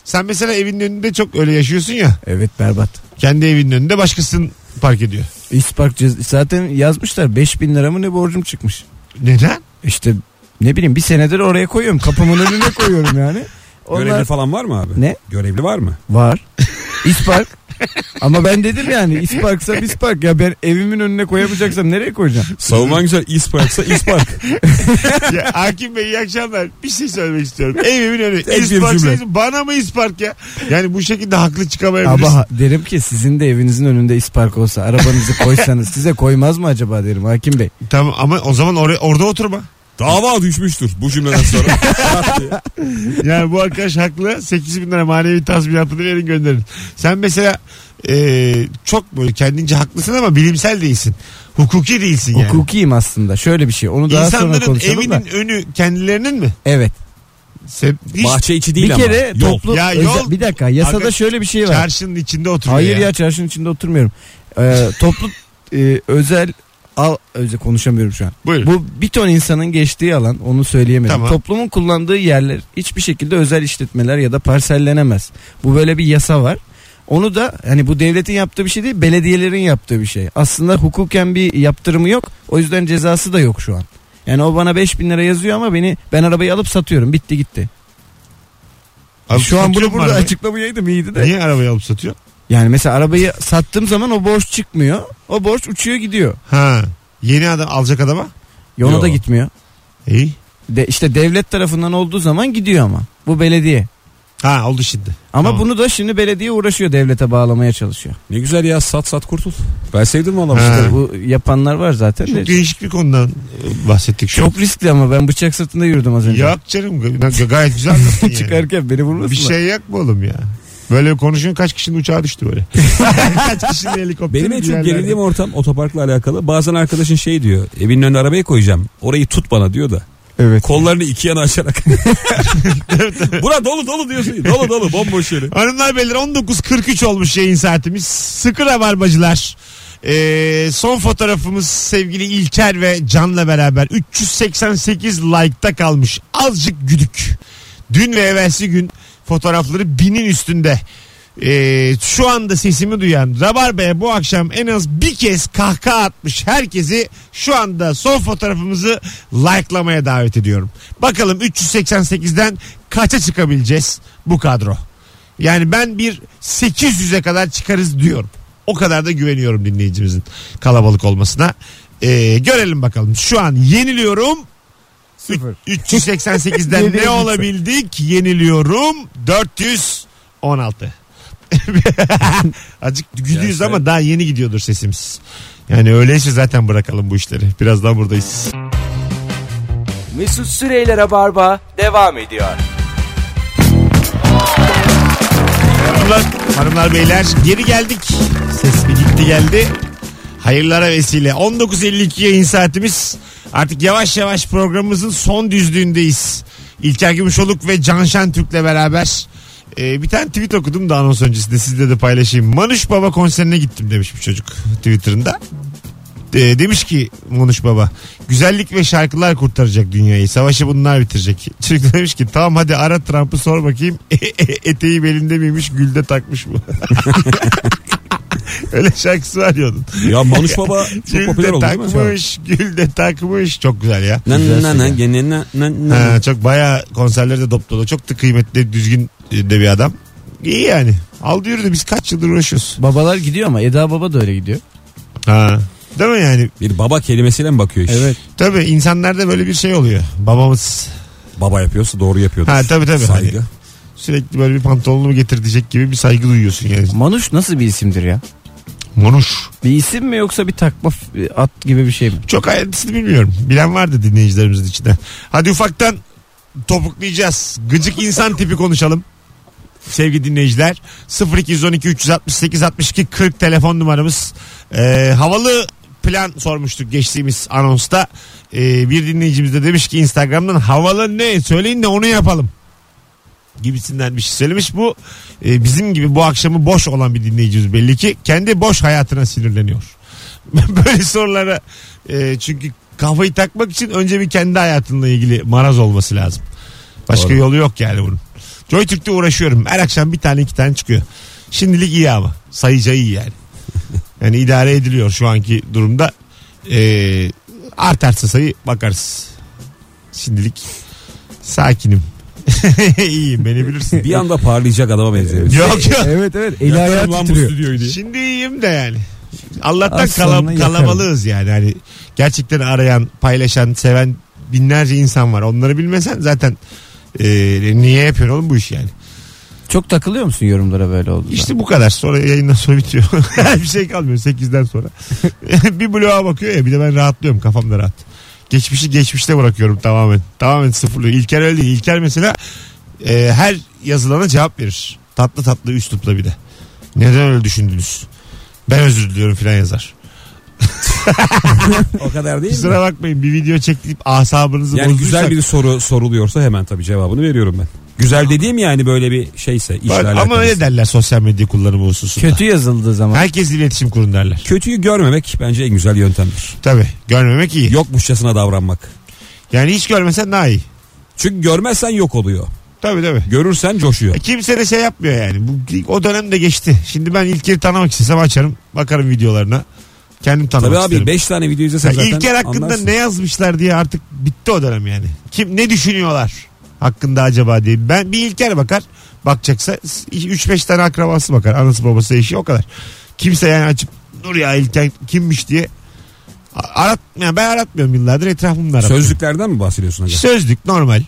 Speaker 2: Sen mesela evinin önünde çok öyle yaşıyorsun ya.
Speaker 3: Evet berbat.
Speaker 2: Kendi evinin önünde başkasının park ediyor.
Speaker 3: İspark cez- zaten yazmışlar 5000 lira mı ne borcum çıkmış.
Speaker 2: Neden?
Speaker 3: İşte ne bileyim bir senedir oraya koyuyorum. Kapımın önüne koyuyorum yani.
Speaker 4: Görevli
Speaker 3: Onlar
Speaker 4: falan var mı abi?
Speaker 3: Ne?
Speaker 4: Görevli var mı?
Speaker 3: var. İspark. Ama ben dedim yani İspark'sa İspark. Ya ben evimin önüne koyamayacaksam nereye koyacağım?
Speaker 4: Savunman güzel İspark'sa İspark.
Speaker 2: ya, Hakim Bey iyi akşamlar. Bir şey söylemek istiyorum. Evimin önü.
Speaker 4: Tek bir
Speaker 2: İspark
Speaker 4: cümle.
Speaker 2: sayısı- Bana mı ispark ya? Yani bu şekilde haklı çıkamayabilirsin.
Speaker 3: Ama ha- derim ki sizin de evinizin önünde ispark olsa arabanızı koysanız size koymaz mı acaba derim hakim bey.
Speaker 2: Tamam ama o zaman oraya, orada oturma.
Speaker 4: Dava düşmüştür bu cümleden sonra.
Speaker 2: Yani bu arkadaş haklı. 8 bin lira manevi tazminatını verin gönderin. Sen mesela e, çok böyle kendince haklısın ama bilimsel değilsin. Hukuki değilsin yani.
Speaker 3: Hukukiyim aslında şöyle bir şey onu daha sonra
Speaker 2: İnsanların
Speaker 3: konuşalım
Speaker 2: evinin
Speaker 3: da.
Speaker 2: önü kendilerinin mi?
Speaker 3: Evet
Speaker 2: Sen hiç
Speaker 4: Bahçe içi değil
Speaker 3: bir
Speaker 4: ama.
Speaker 3: kere
Speaker 4: Yol.
Speaker 3: toplu
Speaker 2: Ya
Speaker 3: özel-
Speaker 2: yol-
Speaker 3: bir dakika yasada
Speaker 2: Arkadaş,
Speaker 3: şöyle bir şey var.
Speaker 2: çarşının içinde oturuyor
Speaker 3: Hayır
Speaker 2: ya.
Speaker 3: ya çarşının içinde oturmuyorum. Ee, toplu e, özel al özel konuşamıyorum şu an.
Speaker 2: Buyurun.
Speaker 3: Bu bir ton insanın geçtiği alan onu söyleyemedim.
Speaker 2: Tamam.
Speaker 3: Toplumun kullandığı yerler hiçbir şekilde özel işletmeler ya da parsellenemez. Bu böyle bir yasa var. Onu da hani bu devletin yaptığı bir şey değil belediyelerin yaptığı bir şey. Aslında hukuken bir yaptırımı yok. O yüzden cezası da yok şu an. Yani o bana 5000 lira yazıyor ama beni ben arabayı alıp satıyorum. Bitti gitti.
Speaker 2: Abi
Speaker 3: şu an
Speaker 2: satıyor
Speaker 3: bunu
Speaker 2: mu
Speaker 3: burada
Speaker 2: arabayı?
Speaker 3: açıklamayaydım iyiydi de.
Speaker 2: Niye arabayı alıp satıyor?
Speaker 3: Yani mesela arabayı sattığım zaman o borç çıkmıyor. O borç uçuyor gidiyor.
Speaker 2: Ha. Yeni adam alacak adama.
Speaker 3: Yona
Speaker 4: Yo.
Speaker 3: da gitmiyor.
Speaker 2: İyi.
Speaker 3: De, işte devlet tarafından olduğu zaman gidiyor ama. Bu belediye.
Speaker 2: Ha oldu şimdi.
Speaker 3: Ama
Speaker 2: Tamam.
Speaker 3: bunu da şimdi belediye uğraşıyor devlete bağlamaya çalışıyor.
Speaker 4: Ne güzel ya sat sat kurtul. Ben sevdim valla bu
Speaker 2: Ha.
Speaker 4: siteyi.
Speaker 3: Bu yapanlar var zaten.
Speaker 2: çok
Speaker 3: de.
Speaker 2: değişik bir konudan e, bahsettik şu an.
Speaker 3: Çok riskli ama ben bıçak sırtında yürüdüm az önce.
Speaker 2: Yok canım ga- gayet güzel anlattın yani.
Speaker 3: Çıkarken beni vurmasınlar.
Speaker 2: Bir şey yok mu oğlum ya? Böyle konuşun kaç kişinin uçağı düştü böyle. kaç kişinin helikopteri.
Speaker 4: Benim en çok
Speaker 2: yerlerde.
Speaker 4: gerildiğim ortam otoparkla alakalı. Bazen arkadaşın şey diyor. Evinin önüne arabayı koyacağım. Orayı tut bana diyor da.
Speaker 3: Evet.
Speaker 4: Kollarını iki yana açarak. Bura dolu dolu diyorsun. Dolu dolu bomboş yeri.
Speaker 2: Hanımlar beyler 19.43 olmuş yayın saatimiz. Sıkı rabarbacılar. Ee, son fotoğrafımız sevgili İlker ve Can'la beraber 388 like'ta kalmış. Azıcık güdük. Dün ve evvelsi gün fotoğrafları binin üstünde. Ee, şu anda sesimi duyan Rabarba'ya bu akşam en az bir kez kahkaha atmış herkesi şu anda son fotoğrafımızı like'lamaya davet ediyorum. Bakalım 388'den kaça çıkabileceğiz bu kadro? Yani ben bir 800'e kadar çıkarız diyorum. O kadar da güveniyorum dinleyicimizin kalabalık olmasına. Ee, görelim bakalım. Şu an yeniliyorum.
Speaker 3: Sıfır.
Speaker 2: 388'den
Speaker 3: Yediye
Speaker 2: ne
Speaker 3: gitsin.
Speaker 2: olabildik? Yeniliyorum. 416. Acık gülüyoruz
Speaker 4: Gerçekten.
Speaker 2: ama daha yeni gidiyordur sesimiz. Yani öyleyse zaten bırakalım bu işleri. Birazdan buradayız.
Speaker 1: Mesut Süreyler'e barba devam ediyor.
Speaker 2: Hanımlar, hanımlar beyler geri geldik. Ses bir gitti geldi. Hayırlara vesile. 19.52 yayın saatimiz. Artık yavaş yavaş programımızın son düzlüğündeyiz. İlker Gümüşoluk ve Can Şentürk'le beraber e, bir tane tweet okudum da anons öncesinde sizle de paylaşayım. Manuş Baba konserine gittim demiş bir çocuk Twitter'ında. E, demiş ki Manuş Baba güzellik ve şarkılar kurtaracak dünyayı. Savaşı bunlar bitirecek. Çocuk demiş ki tamam hadi ara Trump'ı sor bakayım. e, Eteği belinde miymiş gülde takmış mı? Öyle şarkısı var ya onun.
Speaker 4: Ya Manuş Baba çok
Speaker 2: Gül
Speaker 4: popüler
Speaker 2: de
Speaker 4: oldu değil mi?
Speaker 2: takmış, gül de takmış. Çok güzel ya.
Speaker 4: Na, na, na, gene na, na, na.
Speaker 2: Ha, çok bayağı konserleri de dop dolu. Çok da kıymetli, düzgün e, de bir adam. İyi yani. Aldı yürüdü biz kaç yıldır uğraşıyoruz.
Speaker 3: Babalar gidiyor ama Eda Baba da öyle gidiyor.
Speaker 2: Ha. Değil mi yani?
Speaker 4: Bir baba kelimesiyle mi bakıyor iş?
Speaker 3: Evet.
Speaker 2: Tabii insanlarda böyle bir şey oluyor. Babamız
Speaker 4: Baba yapıyorsa doğru yapıyordur.
Speaker 2: Ha, tabii, tabii. Hani-
Speaker 4: Saygı.
Speaker 2: sürekli böyle bir pantolonumu getir diyecek gibi bir saygı duyuyorsun yani.
Speaker 3: Manuş nasıl bir isimdir ya?
Speaker 2: Monuş.
Speaker 3: Bir isim mi yoksa bir takma f- at gibi bir şey mi?
Speaker 2: Çok ayrıntısını bilmiyorum. Bilen vardı dinleyicilerimizin içinde. Hadi ufaktan topuklayacağız. Gıcık insan tipi konuşalım. Sevgili dinleyiciler 0212 368 62 40 telefon numaramız. Ee, havalı plan sormuştuk geçtiğimiz anonsta. Ee, bir dinleyicimiz de demiş ki Instagram'dan havalı ne söyleyin de onu yapalım. Gibisinden bir şey söylemiş. Bu e, bizim gibi bu akşamı boş olan bir dinleyicimiz belli ki. Kendi boş hayatına sinirleniyor. Böyle sorulara e, çünkü kafayı takmak için önce bir kendi hayatınla ilgili maraz olması lazım. Başka
Speaker 4: Doğru.
Speaker 2: yolu yok yani bunun. Joy Türk'te uğraşıyorum. Her akşam bir tane iki tane çıkıyor. Şimdilik iyi ama. Sayıca iyi yani. Yani idare ediliyor şu anki durumda. Ee, artarsa sayı bakarız. Şimdilik sakinim. İyiyim beni bilirsin.
Speaker 4: Bir anda parlayacak adama benziyor.
Speaker 2: yok yok.
Speaker 3: evet evet. Eli ayağı
Speaker 4: Yakarım lan bu
Speaker 3: titriyor.
Speaker 4: stüdyoyu diye.
Speaker 2: Şimdi iyiyim de yani. Allah'tan
Speaker 3: Az sonra
Speaker 2: kalab-
Speaker 3: yakarım.
Speaker 2: kalabalığız yani. Hani gerçekten arayan, paylaşan, seven binlerce insan var. Onları bilmesen zaten e, niye yapıyorsun oğlum bu işi yani?
Speaker 3: Çok takılıyor musun yorumlara böyle oldu?
Speaker 2: İşte bu kadar. Sonra yayından sonra bitiyor. bir şey kalmıyor 8'den sonra. bir bloğa bakıyor ya bir de ben rahatlıyorum kafam da rahat. Geçmişi geçmişte bırakıyorum tamamen. Tamamen sıfırlıyor. İlker öyle değil. İlker mesela e, her yazılana cevap verir. Tatlı tatlı üslupla bir de. Neden öyle düşündünüz? Ben özür diliyorum filan yazar.
Speaker 4: O kadar değil mi?
Speaker 2: Kusura bakmayın bir video çekip asabınızı
Speaker 4: Yani
Speaker 2: bozduysak-
Speaker 4: güzel bir soru soruluyorsa hemen tabii cevabını veriyorum ben. Güzel dediğim yani böyle bir şeyse işle
Speaker 2: Bak,
Speaker 4: alakalı.
Speaker 2: Ama öyle derler sosyal medya kullanımı hususunda.
Speaker 3: Kötü yazıldığı zaman.
Speaker 2: Herkes iletişim kurun derler.
Speaker 4: Kötüyü görmemek bence en güzel yöntemdir.
Speaker 2: Tabii görmemek iyi.
Speaker 4: Yokmuşçasına davranmak.
Speaker 2: Yani hiç görmesen daha iyi.
Speaker 4: Çünkü görmezsen yok oluyor.
Speaker 2: Tabii tabii.
Speaker 4: Görürsen coşuyor.
Speaker 2: E, Kimse de şey yapmıyor yani. Bu, o dönem de geçti. Şimdi ben İlker'i tanımak istesem açarım. Bakarım videolarına. Kendim tanımak
Speaker 4: Tabii abi
Speaker 2: isterim.
Speaker 4: 5 tane video izlesen
Speaker 2: Yani
Speaker 4: zaten
Speaker 2: İlker hakkında
Speaker 4: anlarsın.
Speaker 2: ne yazmışlar diye artık bitti o dönem yani. Kim ne düşünüyorlar hakkında acaba diye. Ben bir İlker bakar. Bakacaksa 3-5 tane akrabası bakar. Anası babası eşi o kadar. Kimse yani açıp dur ya İlker kimmiş diye a- arat, yani ben aratmıyorum yıllardır etrafımda aratmıyorum.
Speaker 4: Sözlüklerden mi bahsediyorsun acaba?
Speaker 2: Sözlük normal.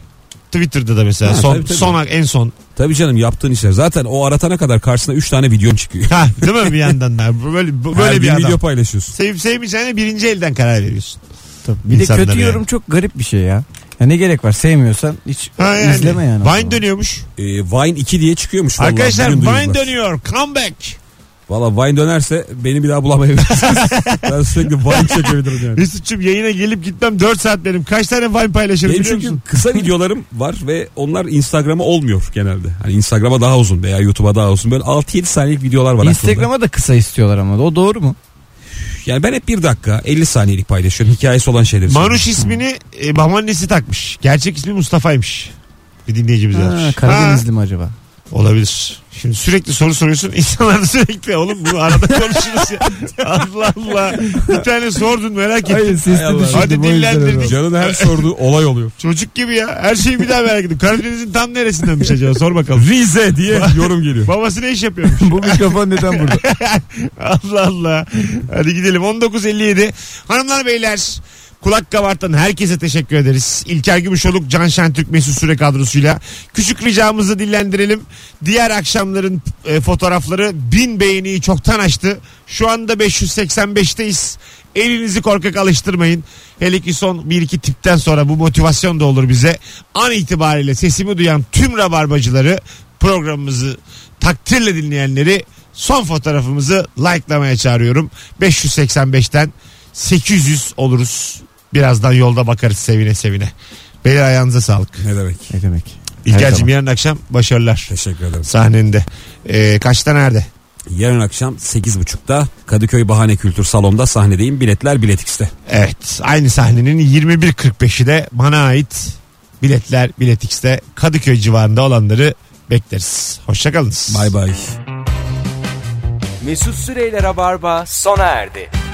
Speaker 2: Twitter'da da mesela
Speaker 4: Ha,
Speaker 2: son,
Speaker 4: tabii, tabii.
Speaker 2: son en son
Speaker 4: Tabii canım yaptığın işler. Zaten o aratana kadar karşısına 3 tane videon çıkıyor.
Speaker 2: Ha, değil mi bir yandan da? Bu Böyle, bu-
Speaker 4: Her
Speaker 2: böyle bir
Speaker 4: gün video
Speaker 2: adam.
Speaker 4: paylaşıyorsun.
Speaker 2: Sevip sevmeyeceğine birinci elden karar veriyorsun.
Speaker 3: Bir de
Speaker 2: İnsanlara
Speaker 3: kötü
Speaker 2: yani.
Speaker 3: yorum çok garip bir şey ya. Ya ne gerek var sevmiyorsan hiç
Speaker 2: Ha yani.
Speaker 3: izleme yani. o
Speaker 2: Vine
Speaker 3: zaman.
Speaker 2: dönüyormuş.
Speaker 4: Ee, Vine 2 diye çıkıyormuş. vallahi.
Speaker 2: Arkadaşlar
Speaker 4: Bugün
Speaker 2: Vine
Speaker 4: duyurdular.
Speaker 2: dönüyor. Comeback.
Speaker 4: Valla Vine dönerse beni bir daha bulamayabilirsiniz. ben sürekli Vine çekebilirim yani.
Speaker 2: Mesut'cum yayına gelip gitmem 4 saat benim. Kaç tane Vine paylaşırım
Speaker 4: Benim
Speaker 2: biliyor
Speaker 4: çünkü
Speaker 2: musun?
Speaker 4: kısa videolarım var ve onlar Instagram'a olmuyor genelde. Hani Instagram'a daha uzun veya YouTube'a daha uzun. Böyle 6-7 saniyelik videolar var aklımda.
Speaker 3: Instagram'a da kısa istiyorlar ama o doğru mu?
Speaker 4: Yani ben hep 1 dakika 50 saniyelik paylaşıyorum. Hikayesi olan şeyleri.
Speaker 2: Manuş ismini e, babaannesi takmış. Gerçek ismi Mustafa'ymış. Bir dinleyicimiz
Speaker 3: Ha,
Speaker 2: yazmış.
Speaker 3: Karadenizli mi acaba?
Speaker 2: Ha, olabilir. Şimdi sürekli soru soruyorsun. İnsanlar da sürekli oğlum bunu arada konuşuruz ya. Allah Allah. Bir tane sordun merak ettim.
Speaker 4: Hay Allah.
Speaker 2: Hadi dinlendirdik.
Speaker 4: Canın her sorduğu olay oluyor.
Speaker 2: Çocuk gibi ya. Her şeyi bir daha merak ettim. Karadeniz'in tam neresindenmiş acaba sor bakalım.
Speaker 4: Rize diye yorum geliyor.
Speaker 2: Babası ne iş yapıyormuş?
Speaker 3: Bu mikrofon neden burada?
Speaker 2: Allah Allah. Hadi gidelim. 19.57. Hanımlar beyler kulak kabartan herkese teşekkür ederiz. İlker Gümüşoluk, Can Şentürk, Mesut Süre kadrosuyla. Küçük ricamızı dillendirelim. Diğer akşamların e, fotoğrafları bin beğeniyi çoktan aştı. Şu anda 585'teyiz. Elinizi korkak alıştırmayın. Hele ki son bir iki tipten sonra bu motivasyon da olur bize. An itibariyle sesimi duyan tüm rabarbacıları programımızı takdirle dinleyenleri son fotoğrafımızı likelamaya çağırıyorum. 585'ten 800 oluruz. Birazdan yolda bakarız sevine sevine. Beyler ayağınıza sağlık.
Speaker 4: Ne demek?
Speaker 3: ne demek?
Speaker 2: İlker'cim
Speaker 3: zaman.
Speaker 2: yarın akşam başarılar
Speaker 4: Teşekkür ederim.
Speaker 2: sahnende. Ee, kaçta nerede?
Speaker 4: Yarın akşam 8.30'da Kadıköy Bahane Kültür Salon'da sahnedeyim. Biletler Bilet X'te.
Speaker 2: Evet aynı sahnenin 21.45'i de bana ait biletler Bilet X'te Kadıköy civarında olanları bekleriz. Hoşçakalınız.
Speaker 4: Bay bay.
Speaker 1: Mesut Süreyler'e barba sona erdi.